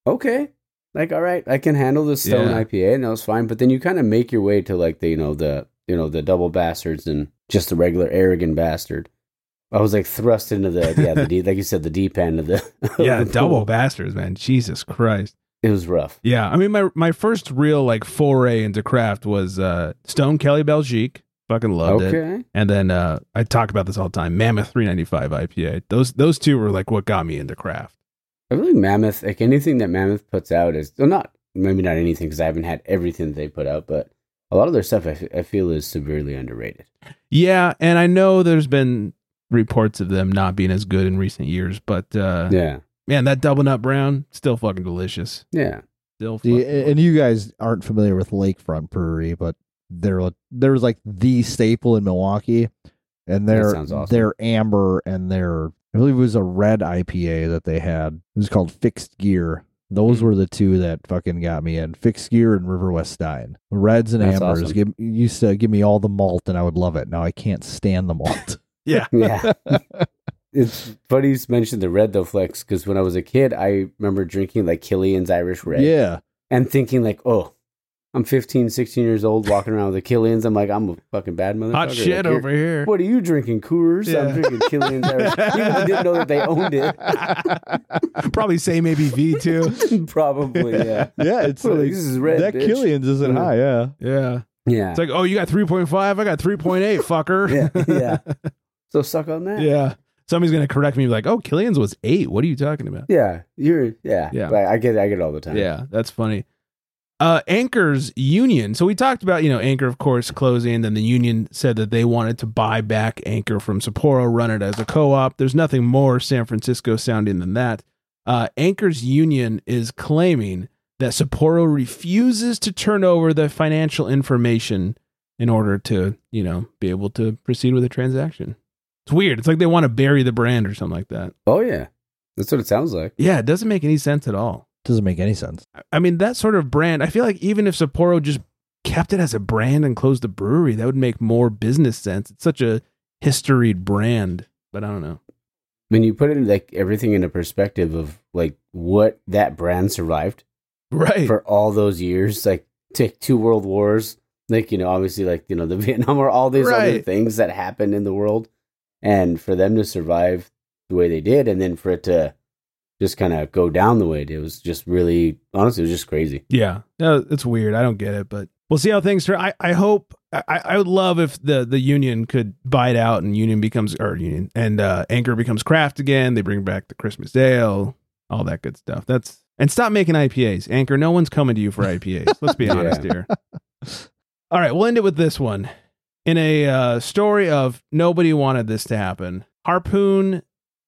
[SPEAKER 3] okay. Like, all right, I can handle the stone
[SPEAKER 1] Yeah.
[SPEAKER 3] IPA and that was fine. But then you kind of make your way to like the, you know, the you know, the double bastards and just the regular arrogant bastard. I was like thrust into the yeah, the deep like you said, the deep end of the of
[SPEAKER 1] Yeah,
[SPEAKER 3] the
[SPEAKER 1] double
[SPEAKER 3] pool.
[SPEAKER 1] bastards, man. Jesus Christ.
[SPEAKER 3] It was rough.
[SPEAKER 1] Yeah, I mean my my first real like foray into craft was uh Stone Kelly Belgique. Fucking loved it.
[SPEAKER 3] okay.
[SPEAKER 1] And then uh I talk about this all the time. Mammoth 395 IPA. Those those two were like what got me into craft.
[SPEAKER 3] I really Mammoth, like anything that Mammoth puts out is, well, not, maybe not anything because I haven't had everything that they put out, but a lot of their stuff I, f- I feel is severely underrated.
[SPEAKER 1] Yeah, and I know there's been reports of them not being as good in recent years, but uh
[SPEAKER 3] Yeah.
[SPEAKER 1] man, that double nut brown still fucking delicious.
[SPEAKER 3] Yeah.
[SPEAKER 1] Still
[SPEAKER 2] See,
[SPEAKER 1] fucking
[SPEAKER 2] a- and you guys aren't familiar with Lakefront Brewery, but they're a- there was like the staple in Milwaukee, and their
[SPEAKER 3] sounds awesome.
[SPEAKER 2] their amber and their I believe it was a red IPA that they had. It was called Fixed Gear. Those
[SPEAKER 3] Hmm.
[SPEAKER 2] were the two that fucking got me in. Fixed Gear and River West Stein. Reds and
[SPEAKER 3] That's
[SPEAKER 2] ambers.
[SPEAKER 3] awesome.
[SPEAKER 2] Give used to give me all the malt and I would love it. Now I can't stand the malt.
[SPEAKER 1] yeah.
[SPEAKER 3] yeah. it's funny you mentioned the red though, Flex, because when I was a kid, I remember drinking like Killian's Irish Red
[SPEAKER 2] Yeah.
[SPEAKER 3] and thinking like, oh, I'm 15, 16 years old walking around with the Killian's. I'm like, I'm a fucking bad motherfucker.
[SPEAKER 1] Hot
[SPEAKER 3] Like,
[SPEAKER 1] shit
[SPEAKER 3] you're-
[SPEAKER 1] over here.
[SPEAKER 3] What are you drinking, Coors? I'm
[SPEAKER 1] Yeah.
[SPEAKER 3] drinking Killian's Irish. People didn't know that they owned
[SPEAKER 1] Probably same ABV too.
[SPEAKER 3] it. Probably, yeah.
[SPEAKER 2] Yeah, it's
[SPEAKER 3] Well,
[SPEAKER 2] like
[SPEAKER 3] this is red.
[SPEAKER 2] that
[SPEAKER 3] bitch.
[SPEAKER 2] Killian's isn't
[SPEAKER 3] Yeah.
[SPEAKER 2] high, yeah.
[SPEAKER 1] Yeah.
[SPEAKER 3] Yeah.
[SPEAKER 1] It's like, oh, you got 3.5? I got 3.8, fucker.
[SPEAKER 3] yeah. Yeah. So suck on that.
[SPEAKER 1] Yeah. Somebody's gonna correct me like, oh, Killian's was eight. What are you talking about?
[SPEAKER 3] Yeah. You're, yeah.
[SPEAKER 1] Yeah.
[SPEAKER 3] Like, I get it. I get it all the time.
[SPEAKER 1] Yeah, that's funny. Uh Anchor's union. So we talked about, you know, Anchor, of course, closing. Then the union said that they wanted to buy back Anchor from Sapporo, run it as a co-op. There's nothing more San Francisco sounding than that. Uh Anchor's union is claiming that Sapporo refuses to turn over the financial information in order to, you know, be able to proceed with a transaction. It's weird. It's like they want to bury the brand or something like that.
[SPEAKER 3] Oh, yeah. That's what it sounds like.
[SPEAKER 1] Yeah, it doesn't make any sense at all.
[SPEAKER 2] Doesn't make any sense.
[SPEAKER 1] I mean, that sort of brand, I feel like even if Sapporo just kept it as a brand and closed the brewery, that would make more business sense. It's such a historied brand, but I don't know.
[SPEAKER 3] when you put it like everything into perspective of like what that brand survived
[SPEAKER 1] Right.
[SPEAKER 3] for all those years, like take two world wars, like you know, obviously like you know the Vietnam War, all these other
[SPEAKER 1] Right.
[SPEAKER 3] things that happened in the world, and for them to survive the way they did, and then for it to just kind of go down the way it did, was just really honestly, it was just crazy.
[SPEAKER 1] yeah. No, it's weird. I don't get it, but we'll see how things turn. I, I hope, I, I I would love if the, the union could buy it out and union becomes, or union and uh, Anchor becomes craft again. They bring back the Christmas ale, all that good stuff. That's, and stop making IPAs. Anchor, no one's coming to you for IPAs. Let's be
[SPEAKER 3] Yeah.
[SPEAKER 1] honest here. All right, we'll end it with this one. In a uh, story of nobody wanted this to happen, Harpoon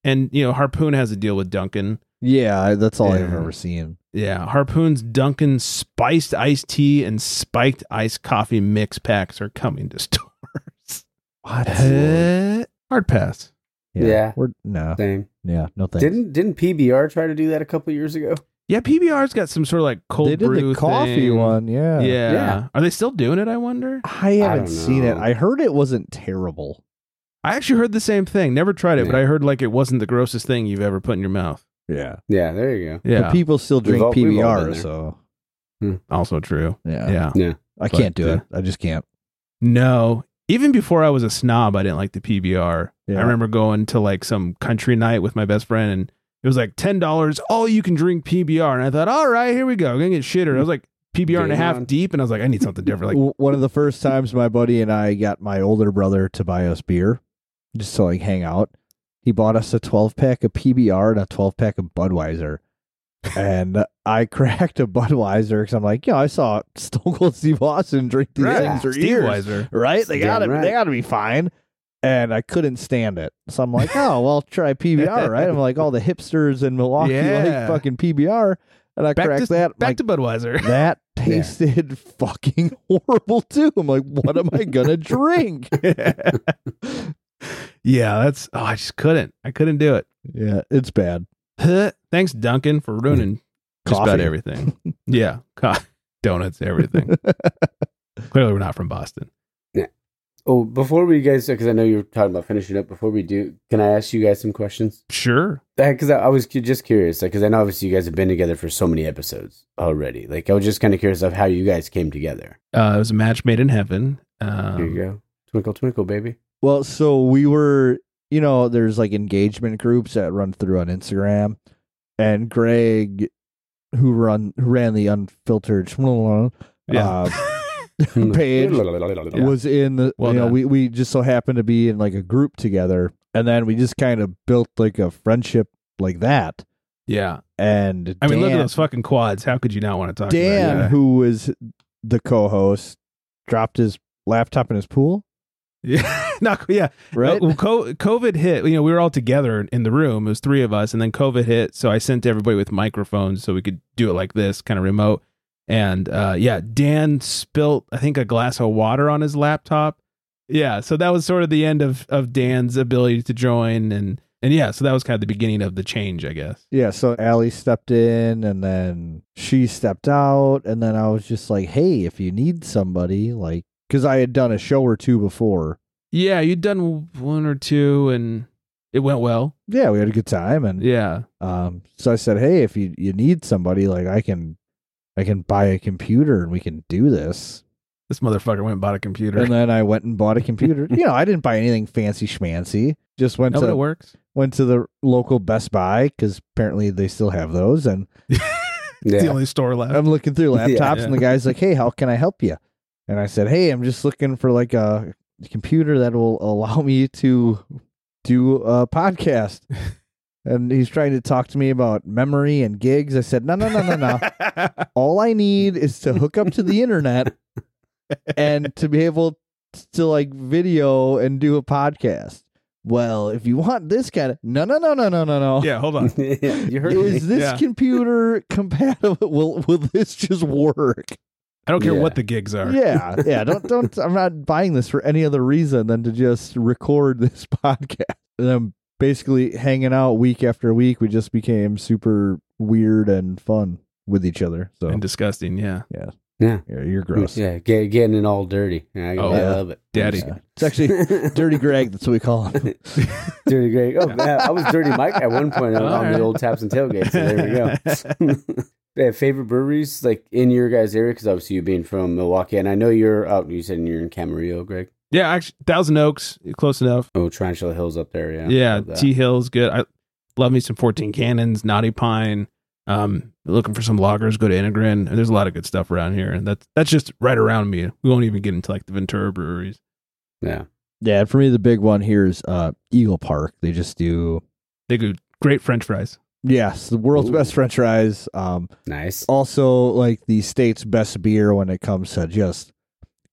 [SPEAKER 1] and you know Harpoon has a deal with Duncan.
[SPEAKER 2] Yeah, I- that's all I've
[SPEAKER 1] Yeah.
[SPEAKER 2] ever seen.
[SPEAKER 1] Yeah, Harpoon's Duncan spiced iced tea and spiked iced coffee mix packs are coming to stores.
[SPEAKER 2] What?
[SPEAKER 1] Eh, Hard pass.
[SPEAKER 3] Yeah.
[SPEAKER 2] We're no.
[SPEAKER 3] Same.
[SPEAKER 2] Yeah, no thanks.
[SPEAKER 3] Didn't didn't PBR try to do that a couple years ago?
[SPEAKER 1] Yeah, PBR's got some sort of like cold
[SPEAKER 2] they did
[SPEAKER 1] brew
[SPEAKER 2] the coffee
[SPEAKER 1] thing.
[SPEAKER 2] one, yeah.
[SPEAKER 1] Yeah.
[SPEAKER 3] Yeah.
[SPEAKER 1] Are they still doing it? I wonder.
[SPEAKER 2] I
[SPEAKER 3] I
[SPEAKER 2] haven't
[SPEAKER 3] don't
[SPEAKER 2] seen it.
[SPEAKER 3] know.
[SPEAKER 2] I heard it wasn't terrible.
[SPEAKER 1] I actually heard the same thing. Never tried it, but
[SPEAKER 3] Yeah.
[SPEAKER 1] I heard like it wasn't the grossest thing you've ever put in your mouth.
[SPEAKER 2] Yeah.
[SPEAKER 3] Yeah, there you go.
[SPEAKER 1] Yeah,
[SPEAKER 2] But people still drink
[SPEAKER 3] all- we've all been
[SPEAKER 2] PBR,
[SPEAKER 3] there.
[SPEAKER 2] so
[SPEAKER 1] also true.
[SPEAKER 2] yeah.
[SPEAKER 1] Yeah.
[SPEAKER 2] I
[SPEAKER 1] But,
[SPEAKER 2] can't do
[SPEAKER 1] uh,
[SPEAKER 2] it. I just can't.
[SPEAKER 1] No. Even before I was a snob, I didn't like the PBR.
[SPEAKER 2] Yeah.
[SPEAKER 1] I remember going to like some country night with my best friend and it was like ten dollars, all you can drink PBR. And I thought, all right, here we go. I'm gonna get shittered. I was like PBR and a
[SPEAKER 3] Game
[SPEAKER 1] half
[SPEAKER 3] on.
[SPEAKER 1] deep, and I was like, I need something different. Like
[SPEAKER 2] W- one of the first times my buddy and I got my older brother to buy us beer, just to like hang out. He bought us a 12 pack of PBR and a 12 pack of Budweiser. and I cracked a Budweiser because I'm like, yeah, I saw Stone Cold Steve Austin drink these
[SPEAKER 1] Right.
[SPEAKER 2] things for
[SPEAKER 1] Steve
[SPEAKER 2] years.
[SPEAKER 1] Weiser.
[SPEAKER 2] right? They
[SPEAKER 3] Damn
[SPEAKER 2] got to
[SPEAKER 3] right.
[SPEAKER 2] They got to be fine. And I couldn't stand it, so I'm like, oh well, try PBR, right? I'm like, all the hipsters in Milwaukee
[SPEAKER 1] Yeah.
[SPEAKER 2] like fucking PBR, and I
[SPEAKER 1] Back
[SPEAKER 2] cracked
[SPEAKER 1] to-
[SPEAKER 2] that. I'm
[SPEAKER 1] back
[SPEAKER 2] like,
[SPEAKER 1] to Budweiser.
[SPEAKER 2] that tasted fucking horrible too. I'm like, what am I gonna drink?
[SPEAKER 1] yeah, that's oh, I just couldn't. I couldn't do it.
[SPEAKER 2] yeah, it's bad.
[SPEAKER 1] Huh. Thanks, Duncan, for ruining just about
[SPEAKER 2] Coffee.
[SPEAKER 1] everything. yeah. Co- donuts, everything. Clearly, we're not from Boston.
[SPEAKER 3] Oh, before we guys, because I know you were talking about finishing up. Before we do, can I ask you guys some questions?
[SPEAKER 1] Sure.
[SPEAKER 3] Because I, I was cu- just curious, because I know obviously you guys have been together for so many episodes already. Like I was just kind of curious of how you guys came together.
[SPEAKER 1] Uh, it was a match made in heaven. Um,
[SPEAKER 3] Here you go, twinkle twinkle, baby.
[SPEAKER 2] Well, so we were, you know, there's like engagement groups that run through on Instagram, and Greg, who run who ran the unfiltered
[SPEAKER 1] Hmm. Yeah.
[SPEAKER 2] uh, page, was in the.
[SPEAKER 1] Well
[SPEAKER 2] you know,
[SPEAKER 1] done.
[SPEAKER 2] we we just so happened to be in like a group together, and then we just kind of built like a friendship like that.
[SPEAKER 1] yeah.
[SPEAKER 2] And
[SPEAKER 1] I mean,
[SPEAKER 2] Dan,
[SPEAKER 1] look at those fucking quads. How could you not want to talk
[SPEAKER 2] Dan,
[SPEAKER 1] about
[SPEAKER 2] who was the co-host, dropped his laptop in his pool,
[SPEAKER 1] Yeah. Yeah. Not- yeah.
[SPEAKER 2] right?
[SPEAKER 1] Uh, well, co- COVID hit. You know, we were all together in the room. It was three of us, and then COVID hit. So I sent everybody with microphones so we could do it like this, kind of remote. And uh, yeah, Dan spilt I think a glass of water on his laptop. Yeah, so that was sort of the end of of Dan's ability to join, and and yeah, so that was kind of the beginning of the change, I guess.
[SPEAKER 2] Yeah, so Allie stepped in and then she stepped out. And then I was just like, hey, if you need somebody, like, because I had done a show or two before.
[SPEAKER 1] Yeah, you'd done one or two, and it went well.
[SPEAKER 2] Yeah, we had a good time. And
[SPEAKER 1] Yeah,
[SPEAKER 2] um, so I said, hey, if you, you need somebody, like, I can. I can buy a computer and we can do this.
[SPEAKER 1] this motherfucker went and bought a computer.
[SPEAKER 2] And then I went and bought a computer. you know, I didn't buy anything fancy schmancy. Just went
[SPEAKER 1] No, but
[SPEAKER 2] to
[SPEAKER 1] it works.
[SPEAKER 2] went to the local Best Buy because apparently they still have those. And
[SPEAKER 1] It's the
[SPEAKER 3] Yeah.
[SPEAKER 1] only store left.
[SPEAKER 2] I'm looking through
[SPEAKER 3] Yeah.
[SPEAKER 2] laptops, and the guy's like, "Hey, how can I help you?" And I said, "Hey, I'm just looking for like a computer that will allow me to do a podcast." and he's trying to talk to me about memory and gigs. I said, "No, no, no, no, no. All I need is to hook up to the internet and to be able to like video and do a podcast." Well, if you want this kind of no, no, no, no, no, no, no
[SPEAKER 1] yeah, hold on.
[SPEAKER 3] you heard me.
[SPEAKER 2] is this
[SPEAKER 1] Yeah.
[SPEAKER 2] computer compatible? Will will this just work?
[SPEAKER 1] I don't care
[SPEAKER 3] Yeah.
[SPEAKER 1] what the gigs are.
[SPEAKER 2] Yeah, yeah. Don't don't. I'm not buying this for any other reason than to just record this podcast. And I'm basically hanging out week after week. We just became super weird and fun with each other. So
[SPEAKER 1] and disgusting. Yeah,
[SPEAKER 2] yeah, you're gross.
[SPEAKER 3] Yeah, get, getting it all dirty. I,
[SPEAKER 1] Oh,
[SPEAKER 3] I
[SPEAKER 2] yeah.
[SPEAKER 3] love it.
[SPEAKER 1] Daddy.
[SPEAKER 2] It's actually Dirty Greg. That's what we call him.
[SPEAKER 3] dirty Greg. Oh, man, I was Dirty Mike at one point on, on
[SPEAKER 1] Alright.
[SPEAKER 3] the old Taps and Tailgates. So there we go. yeah, favorite breweries like in your guys' area because obviously you being from Milwaukee, and I know you're out. You said you're in Camarillo, Greg.
[SPEAKER 1] yeah. Actually, Thousand Oaks, close enough.
[SPEAKER 3] Oh, Tarantula Hills up there. Yeah,
[SPEAKER 1] Yeah,
[SPEAKER 3] Love that.
[SPEAKER 1] T Hill's good. I love me some Fourteen Cannons, Naughty Pine. Um, looking for some loggers, go to Integrin. There's a lot of good stuff around here, and that's that's just right around me. We won't even get into like the Ventura breweries.
[SPEAKER 3] yeah.
[SPEAKER 2] Yeah, and for me, the big one here is uh, Eagle Park. They just do
[SPEAKER 1] They do great French fries.
[SPEAKER 2] yes, the world's
[SPEAKER 3] Ooh.
[SPEAKER 2] best French fries. Um,
[SPEAKER 3] Nice.
[SPEAKER 2] also like the state's best beer when it comes to just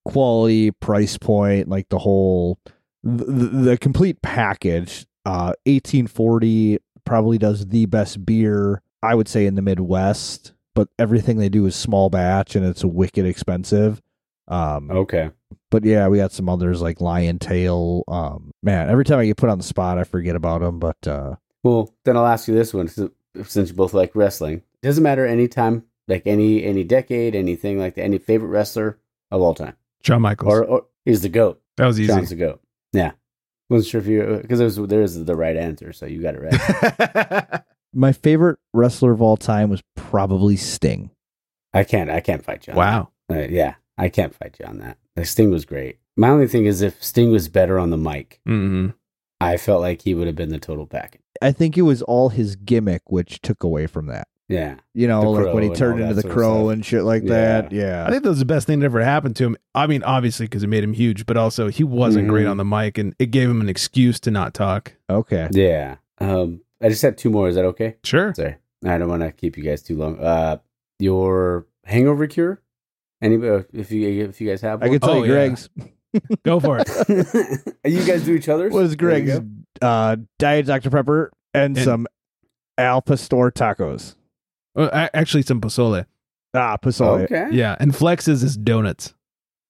[SPEAKER 2] quality, price point, like the whole the, the complete package. Uh, 1840 probably does the best beer I would say in the Midwest, but everything they do is small batch and it's wicked expensive. Um,
[SPEAKER 3] Okay.
[SPEAKER 2] but yeah, we got some others like Lion Tail. Um, man, every time I get put on the spot, I forget about them. But uh,
[SPEAKER 3] Well, then I'll ask you this one s- since you both like wrestling. Doesn't matter any time, like any any decade, anything like that. Any favorite wrestler of all time,
[SPEAKER 1] Shawn Michaels.
[SPEAKER 3] or, or he's the goat.
[SPEAKER 1] that was easy.
[SPEAKER 3] John's the goat. Yeah. Wasn't sure if you because there was there's the right answer, so you got it right.
[SPEAKER 2] my favorite wrestler of all time was probably Sting.
[SPEAKER 3] I can't I can't fight John.
[SPEAKER 1] wow.
[SPEAKER 3] Uh, yeah, I can't fight you on that. Like, Sting was great. My only thing is if Sting was better on the mic,
[SPEAKER 1] Mm-hmm.
[SPEAKER 3] I felt like he would have been the total package.
[SPEAKER 2] I think it was all his gimmick which took away from that.
[SPEAKER 3] Yeah.
[SPEAKER 2] You know,
[SPEAKER 3] The
[SPEAKER 2] like when
[SPEAKER 3] Crow
[SPEAKER 2] he
[SPEAKER 3] and
[SPEAKER 2] turned
[SPEAKER 3] all
[SPEAKER 2] into
[SPEAKER 3] that
[SPEAKER 2] the
[SPEAKER 3] sort of
[SPEAKER 2] crow
[SPEAKER 3] stuff.
[SPEAKER 2] and shit like
[SPEAKER 3] Yeah.
[SPEAKER 2] that. Yeah.
[SPEAKER 1] I think that was the best thing that ever happened to him. I mean, obviously because it made him huge, but also he wasn't
[SPEAKER 3] Mhm.
[SPEAKER 1] great on the mic, and it gave him an excuse to not talk.
[SPEAKER 2] okay.
[SPEAKER 3] Yeah. Um I just had two more, is that okay?
[SPEAKER 1] Sure.
[SPEAKER 3] Sorry. I don't want to keep you guys too long. Uh your hangover cure? Anybody if you if you guys have
[SPEAKER 2] I
[SPEAKER 3] one?
[SPEAKER 2] could tell you
[SPEAKER 1] Oh, yeah.
[SPEAKER 2] Greg's.
[SPEAKER 1] Go for it.
[SPEAKER 3] you guys do each other's?
[SPEAKER 2] What is
[SPEAKER 3] There you
[SPEAKER 2] Greg's? Uh, Diet Dr. Pepper and,
[SPEAKER 1] And-
[SPEAKER 2] some Al Pastor tacos.
[SPEAKER 1] Well, Uh, a- actually, some pozole.
[SPEAKER 2] Ah,
[SPEAKER 3] go.
[SPEAKER 2] Pasole.
[SPEAKER 3] Okay.
[SPEAKER 1] Yeah, and Flex's is donuts.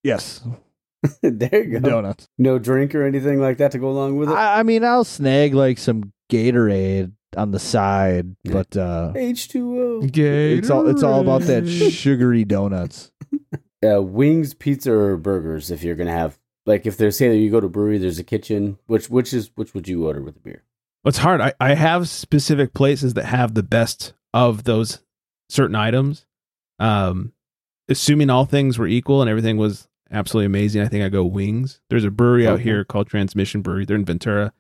[SPEAKER 2] Yes.
[SPEAKER 3] there you go.
[SPEAKER 2] Donuts.
[SPEAKER 3] No drink or anything like that to go along with it.
[SPEAKER 2] I, I mean, I'll snag like some Gatorade on the side,
[SPEAKER 3] Yeah.
[SPEAKER 2] but uh,
[SPEAKER 3] H2O.
[SPEAKER 1] Gatorade.
[SPEAKER 2] it's all it's all about that sugary donuts.
[SPEAKER 3] uh, wings, pizza, or burgers. If you're gonna have like, if they say that you go to a brewery, there's a kitchen. Which which is which would you order with a beer?
[SPEAKER 1] It's hard. I, I have specific places that have the best of those certain items. Um, assuming all things were equal and everything was absolutely amazing, I think I go wings. There's a brewery out
[SPEAKER 3] Okay.
[SPEAKER 1] here called Transmission Brewery. They're in Ventura,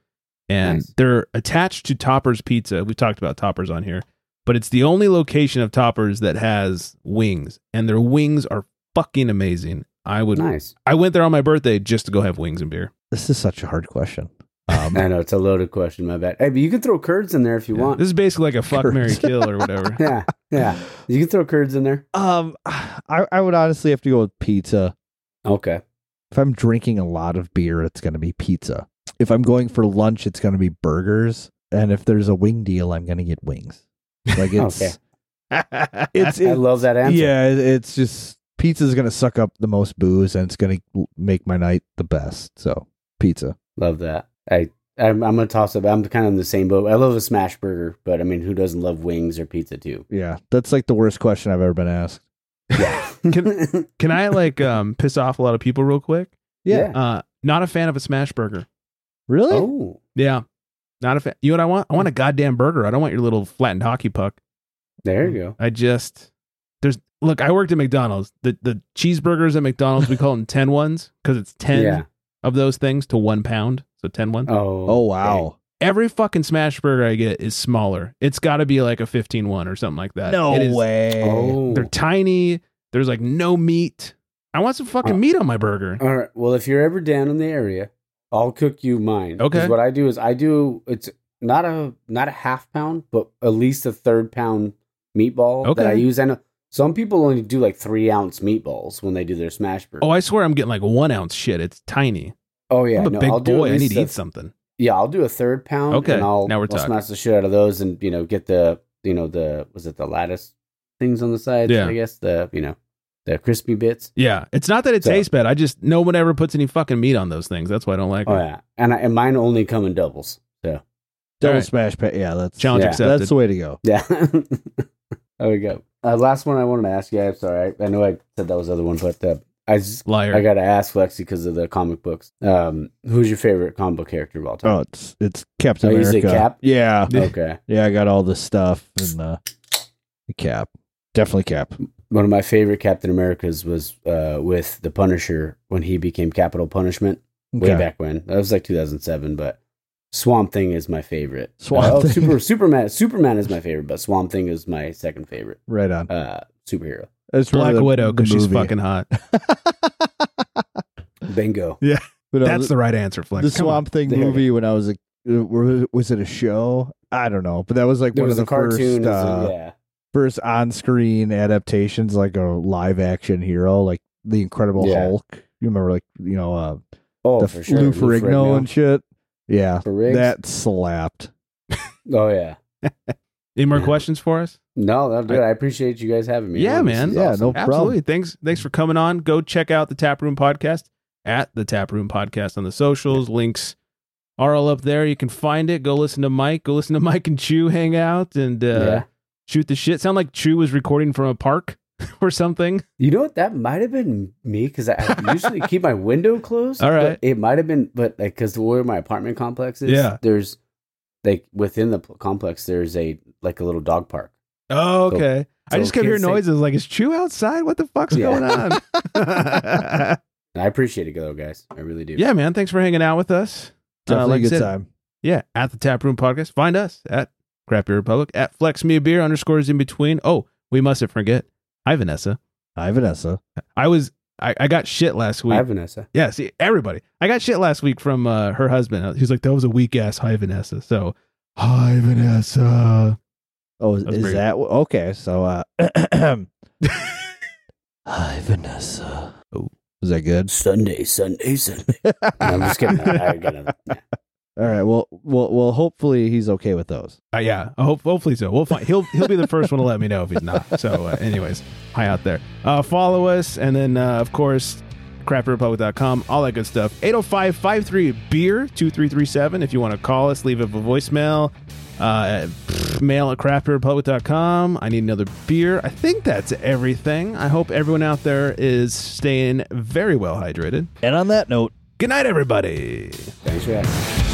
[SPEAKER 1] and
[SPEAKER 3] Nice.
[SPEAKER 1] they're attached to Toppers Pizza. We've talked about Toppers on here, but it's the only location of Toppers that has wings, and their wings are fucking amazing. I would.
[SPEAKER 3] Nice.
[SPEAKER 1] I went there on my birthday just to go have wings and beer.
[SPEAKER 2] This is such a hard question.
[SPEAKER 3] I know it's a loaded question. My bad. Hey, but you can throw curds in there if you
[SPEAKER 1] Yeah.
[SPEAKER 3] want.
[SPEAKER 1] This is basically like a fuck, Mary
[SPEAKER 2] Curds.
[SPEAKER 1] kill or whatever.
[SPEAKER 3] yeah, yeah. You can throw curds in there.
[SPEAKER 2] Um, I I would honestly have to go with pizza.
[SPEAKER 3] Okay.
[SPEAKER 2] If I'm drinking a lot of beer, it's going to be pizza. If I'm going for lunch, it's going to be burgers. And if there's a wing deal, I'm going to get wings. Like it's
[SPEAKER 3] Okay.
[SPEAKER 2] it's,
[SPEAKER 3] I love that answer.
[SPEAKER 2] yeah, it- it's just pizza's going to suck up the most booze, and it's going to make my night the best. So pizza.
[SPEAKER 3] Love that. I I'm, I'm gonna toss up. I'm kind of in the same boat. I love a smash burger, but I mean, who doesn't love wings or pizza too?
[SPEAKER 2] Yeah, that's like the worst question I've ever been asked.
[SPEAKER 1] Can- Can I like um piss off a lot of people real quick?
[SPEAKER 2] Yeah,
[SPEAKER 3] Yeah.
[SPEAKER 1] Uh not a fan of a smash burger.
[SPEAKER 2] really?
[SPEAKER 3] oh,
[SPEAKER 1] Yeah. Not a fan. You know what I want? I
[SPEAKER 3] Hmm.
[SPEAKER 1] want a goddamn burger. I don't want your little flattened hockey puck.
[SPEAKER 3] there you go.
[SPEAKER 1] I just there's look, I worked at McDonald's. The the cheeseburgers at McDonald's we call them 10 ones because it's 10
[SPEAKER 3] Yeah.
[SPEAKER 1] of those things to one pound. So 10 ones.
[SPEAKER 3] Oh.
[SPEAKER 2] Oh wow!
[SPEAKER 1] Every fucking smash burger I get is smaller. It's gotta be like a 15 one or something like that. It is-
[SPEAKER 2] way.
[SPEAKER 3] okay. Oh.
[SPEAKER 1] They're tiny. There's like no meat. I want some fucking
[SPEAKER 3] Uh,
[SPEAKER 1] meat on my burger.
[SPEAKER 3] All right. Well, if you're ever down in the area, I'll cook you mine. 'Cause
[SPEAKER 1] Okay.
[SPEAKER 3] What I do is I do it's not a not a half pound, but at least a third pound meatball that I
[SPEAKER 1] Okay.
[SPEAKER 3] use. I know some people only do like three ounce meatballs when they do their smash burger.
[SPEAKER 1] Oh, I swear I'm getting like one ounce shit. It's tiny.
[SPEAKER 3] Oh, yeah,
[SPEAKER 1] I'm a
[SPEAKER 3] no,
[SPEAKER 1] big
[SPEAKER 3] I'll do at
[SPEAKER 1] boy. I need
[SPEAKER 3] least
[SPEAKER 1] to
[SPEAKER 3] a-
[SPEAKER 1] eat something.
[SPEAKER 3] Yeah, I'll do a third pound.
[SPEAKER 1] Okay,
[SPEAKER 3] And I'll,
[SPEAKER 1] now we're
[SPEAKER 3] I'll
[SPEAKER 1] talking.
[SPEAKER 3] smash the shit out of those, and you know get the you know the was it the lattice things on the sides?
[SPEAKER 1] Yeah.
[SPEAKER 3] I guess the you know the crispy bits.
[SPEAKER 1] Yeah, it's not that it
[SPEAKER 3] So-
[SPEAKER 1] tastes bad. I just no one ever puts any fucking meat on those things. That's why I don't like
[SPEAKER 3] Oh
[SPEAKER 1] it.
[SPEAKER 3] yeah, and I, and mine only come in doubles. So
[SPEAKER 2] Double
[SPEAKER 1] All right.
[SPEAKER 2] smash pa- Yeah, that's
[SPEAKER 1] Challenge
[SPEAKER 3] Yeah.
[SPEAKER 1] accepted.
[SPEAKER 2] that's the way to go.
[SPEAKER 3] Yeah. there we go. Uh, last one I wanted to ask you. I'm sorry. I, I know I said that was the other one, but uh, I just,
[SPEAKER 1] Liar.
[SPEAKER 3] I got to ask Lexi because of the comic books. Um, who's your favorite comic book character of all
[SPEAKER 2] Oh,
[SPEAKER 3] time?
[SPEAKER 2] it's it's Captain
[SPEAKER 3] Oh, you
[SPEAKER 2] America.
[SPEAKER 3] say Cap?
[SPEAKER 2] Yeah,
[SPEAKER 3] Okay.
[SPEAKER 2] Yeah, I got all this stuff and uh, the cap. Definitely cap.
[SPEAKER 3] One of my favorite Captain Americas was uh, with the Punisher when he became Capital Punishment way
[SPEAKER 2] Okay.
[SPEAKER 3] back when. That was like 2007, but Swamp Thing is my favorite.
[SPEAKER 2] Swamp
[SPEAKER 3] oh,
[SPEAKER 2] Thing.
[SPEAKER 3] Super, Superman. Superman is my favorite, but Swamp Thing is my second favorite
[SPEAKER 2] Right on.
[SPEAKER 3] uh, superhero.
[SPEAKER 2] It's one
[SPEAKER 1] Black
[SPEAKER 2] of the-
[SPEAKER 1] Widow because
[SPEAKER 2] the
[SPEAKER 1] she's
[SPEAKER 2] movie.
[SPEAKER 1] fucking hot.
[SPEAKER 3] Bingo.
[SPEAKER 2] But, uh,
[SPEAKER 1] That's
[SPEAKER 2] the,
[SPEAKER 1] the right answer, Flex.
[SPEAKER 2] the
[SPEAKER 1] Come on.
[SPEAKER 2] Swamp Thing
[SPEAKER 3] There.
[SPEAKER 2] movie when I was a uh, was was it a show? I don't know, but that was like
[SPEAKER 3] There
[SPEAKER 2] one of
[SPEAKER 3] was
[SPEAKER 2] the
[SPEAKER 3] a cartoon.
[SPEAKER 2] first
[SPEAKER 3] it's a-
[SPEAKER 2] uh,
[SPEAKER 3] yeah.
[SPEAKER 2] first on screen adaptations, like a live action hero, like the Incredible
[SPEAKER 3] Yeah.
[SPEAKER 2] Hulk. You remember, like you know, uh,
[SPEAKER 3] Oh,
[SPEAKER 2] the
[SPEAKER 3] for sure.
[SPEAKER 2] Lou Ferrigno and shit. Yeah,
[SPEAKER 3] Ferriggs?
[SPEAKER 2] that
[SPEAKER 1] Uh,
[SPEAKER 2] slapped.
[SPEAKER 3] Oh yeah.
[SPEAKER 1] Any more questions for us?
[SPEAKER 3] No, that'll do it. I appreciate you guys having me.
[SPEAKER 1] Yeah,
[SPEAKER 3] This
[SPEAKER 1] man.
[SPEAKER 3] is
[SPEAKER 2] Yeah, no
[SPEAKER 3] awesome.
[SPEAKER 1] Absolutely. Thanks. Thanks for coming on. Go check out the Tap Room Podcast at the Tap Room Podcast on the socials. Links are all up there. You can find it. Go listen to Mike. Go listen to Mike and Chew hang out and uh,
[SPEAKER 3] Yeah.
[SPEAKER 1] shoot the shit. Sound like Chew was recording from a park or something.
[SPEAKER 3] You know what? That might have been me because I I usually keep my window closed.
[SPEAKER 1] All
[SPEAKER 3] but
[SPEAKER 1] right.
[SPEAKER 3] It might have been, but like because where my apartment complex is,
[SPEAKER 1] Yeah.
[SPEAKER 3] there's like within the pl- complex there's a like a little dog park.
[SPEAKER 1] Oh,
[SPEAKER 3] So-
[SPEAKER 1] okay. I
[SPEAKER 3] so
[SPEAKER 1] just kept hearing
[SPEAKER 3] kids think-
[SPEAKER 1] noises. Like, is Chew outside? What the fuck's
[SPEAKER 3] Yeah.
[SPEAKER 1] going on?
[SPEAKER 3] And I appreciate it though, guys. I really do.
[SPEAKER 1] yeah, man. Thanks for hanging out with us. Uh,
[SPEAKER 2] Definitely
[SPEAKER 1] like I
[SPEAKER 2] a good
[SPEAKER 1] said,
[SPEAKER 2] time.
[SPEAKER 1] Yeah, at the Tap Room Podcast. Find us at Crappy Republic at Flex Me a Beer underscores in between. Oh, we mustn't forget. Hi, Vanessa.
[SPEAKER 2] Hi, Vanessa.
[SPEAKER 1] I was I, I got shit last week.
[SPEAKER 3] Hi, Vanessa.
[SPEAKER 1] yeah, see everybody. I got shit last week from uh, her husband. He's like, "That was a weak ass hi Vanessa." So, hi Vanessa.
[SPEAKER 2] Oh, is,
[SPEAKER 1] That's
[SPEAKER 2] is
[SPEAKER 1] pretty-
[SPEAKER 2] that wh- okay? So, uh, hi Vanessa.
[SPEAKER 1] Oh.
[SPEAKER 2] is that good?
[SPEAKER 3] Sunday, Sunday, Sunday. No, I'm just kidding. I, I got a- yeah.
[SPEAKER 2] All right. Well, well, well. Hopefully, he's okay with those.
[SPEAKER 1] Uh, yeah, I hope, hopefully so. We'll find he'll he'll be the first one to let me know if he's not. So, uh, anyways, hi out there. Uh, follow us, and then uh, of course, crappyrepublic.com, all that good oh stuff. 805-53 beer two three three seven. If you want to call us, leave up a voicemail. Uh, pff, mail at craftbeerrepublic.com. I need another beer. I think that's everything. I hope everyone out there is staying very well hydrated.
[SPEAKER 7] And on that note,
[SPEAKER 1] Good night, everybody.
[SPEAKER 3] Thanks for having me.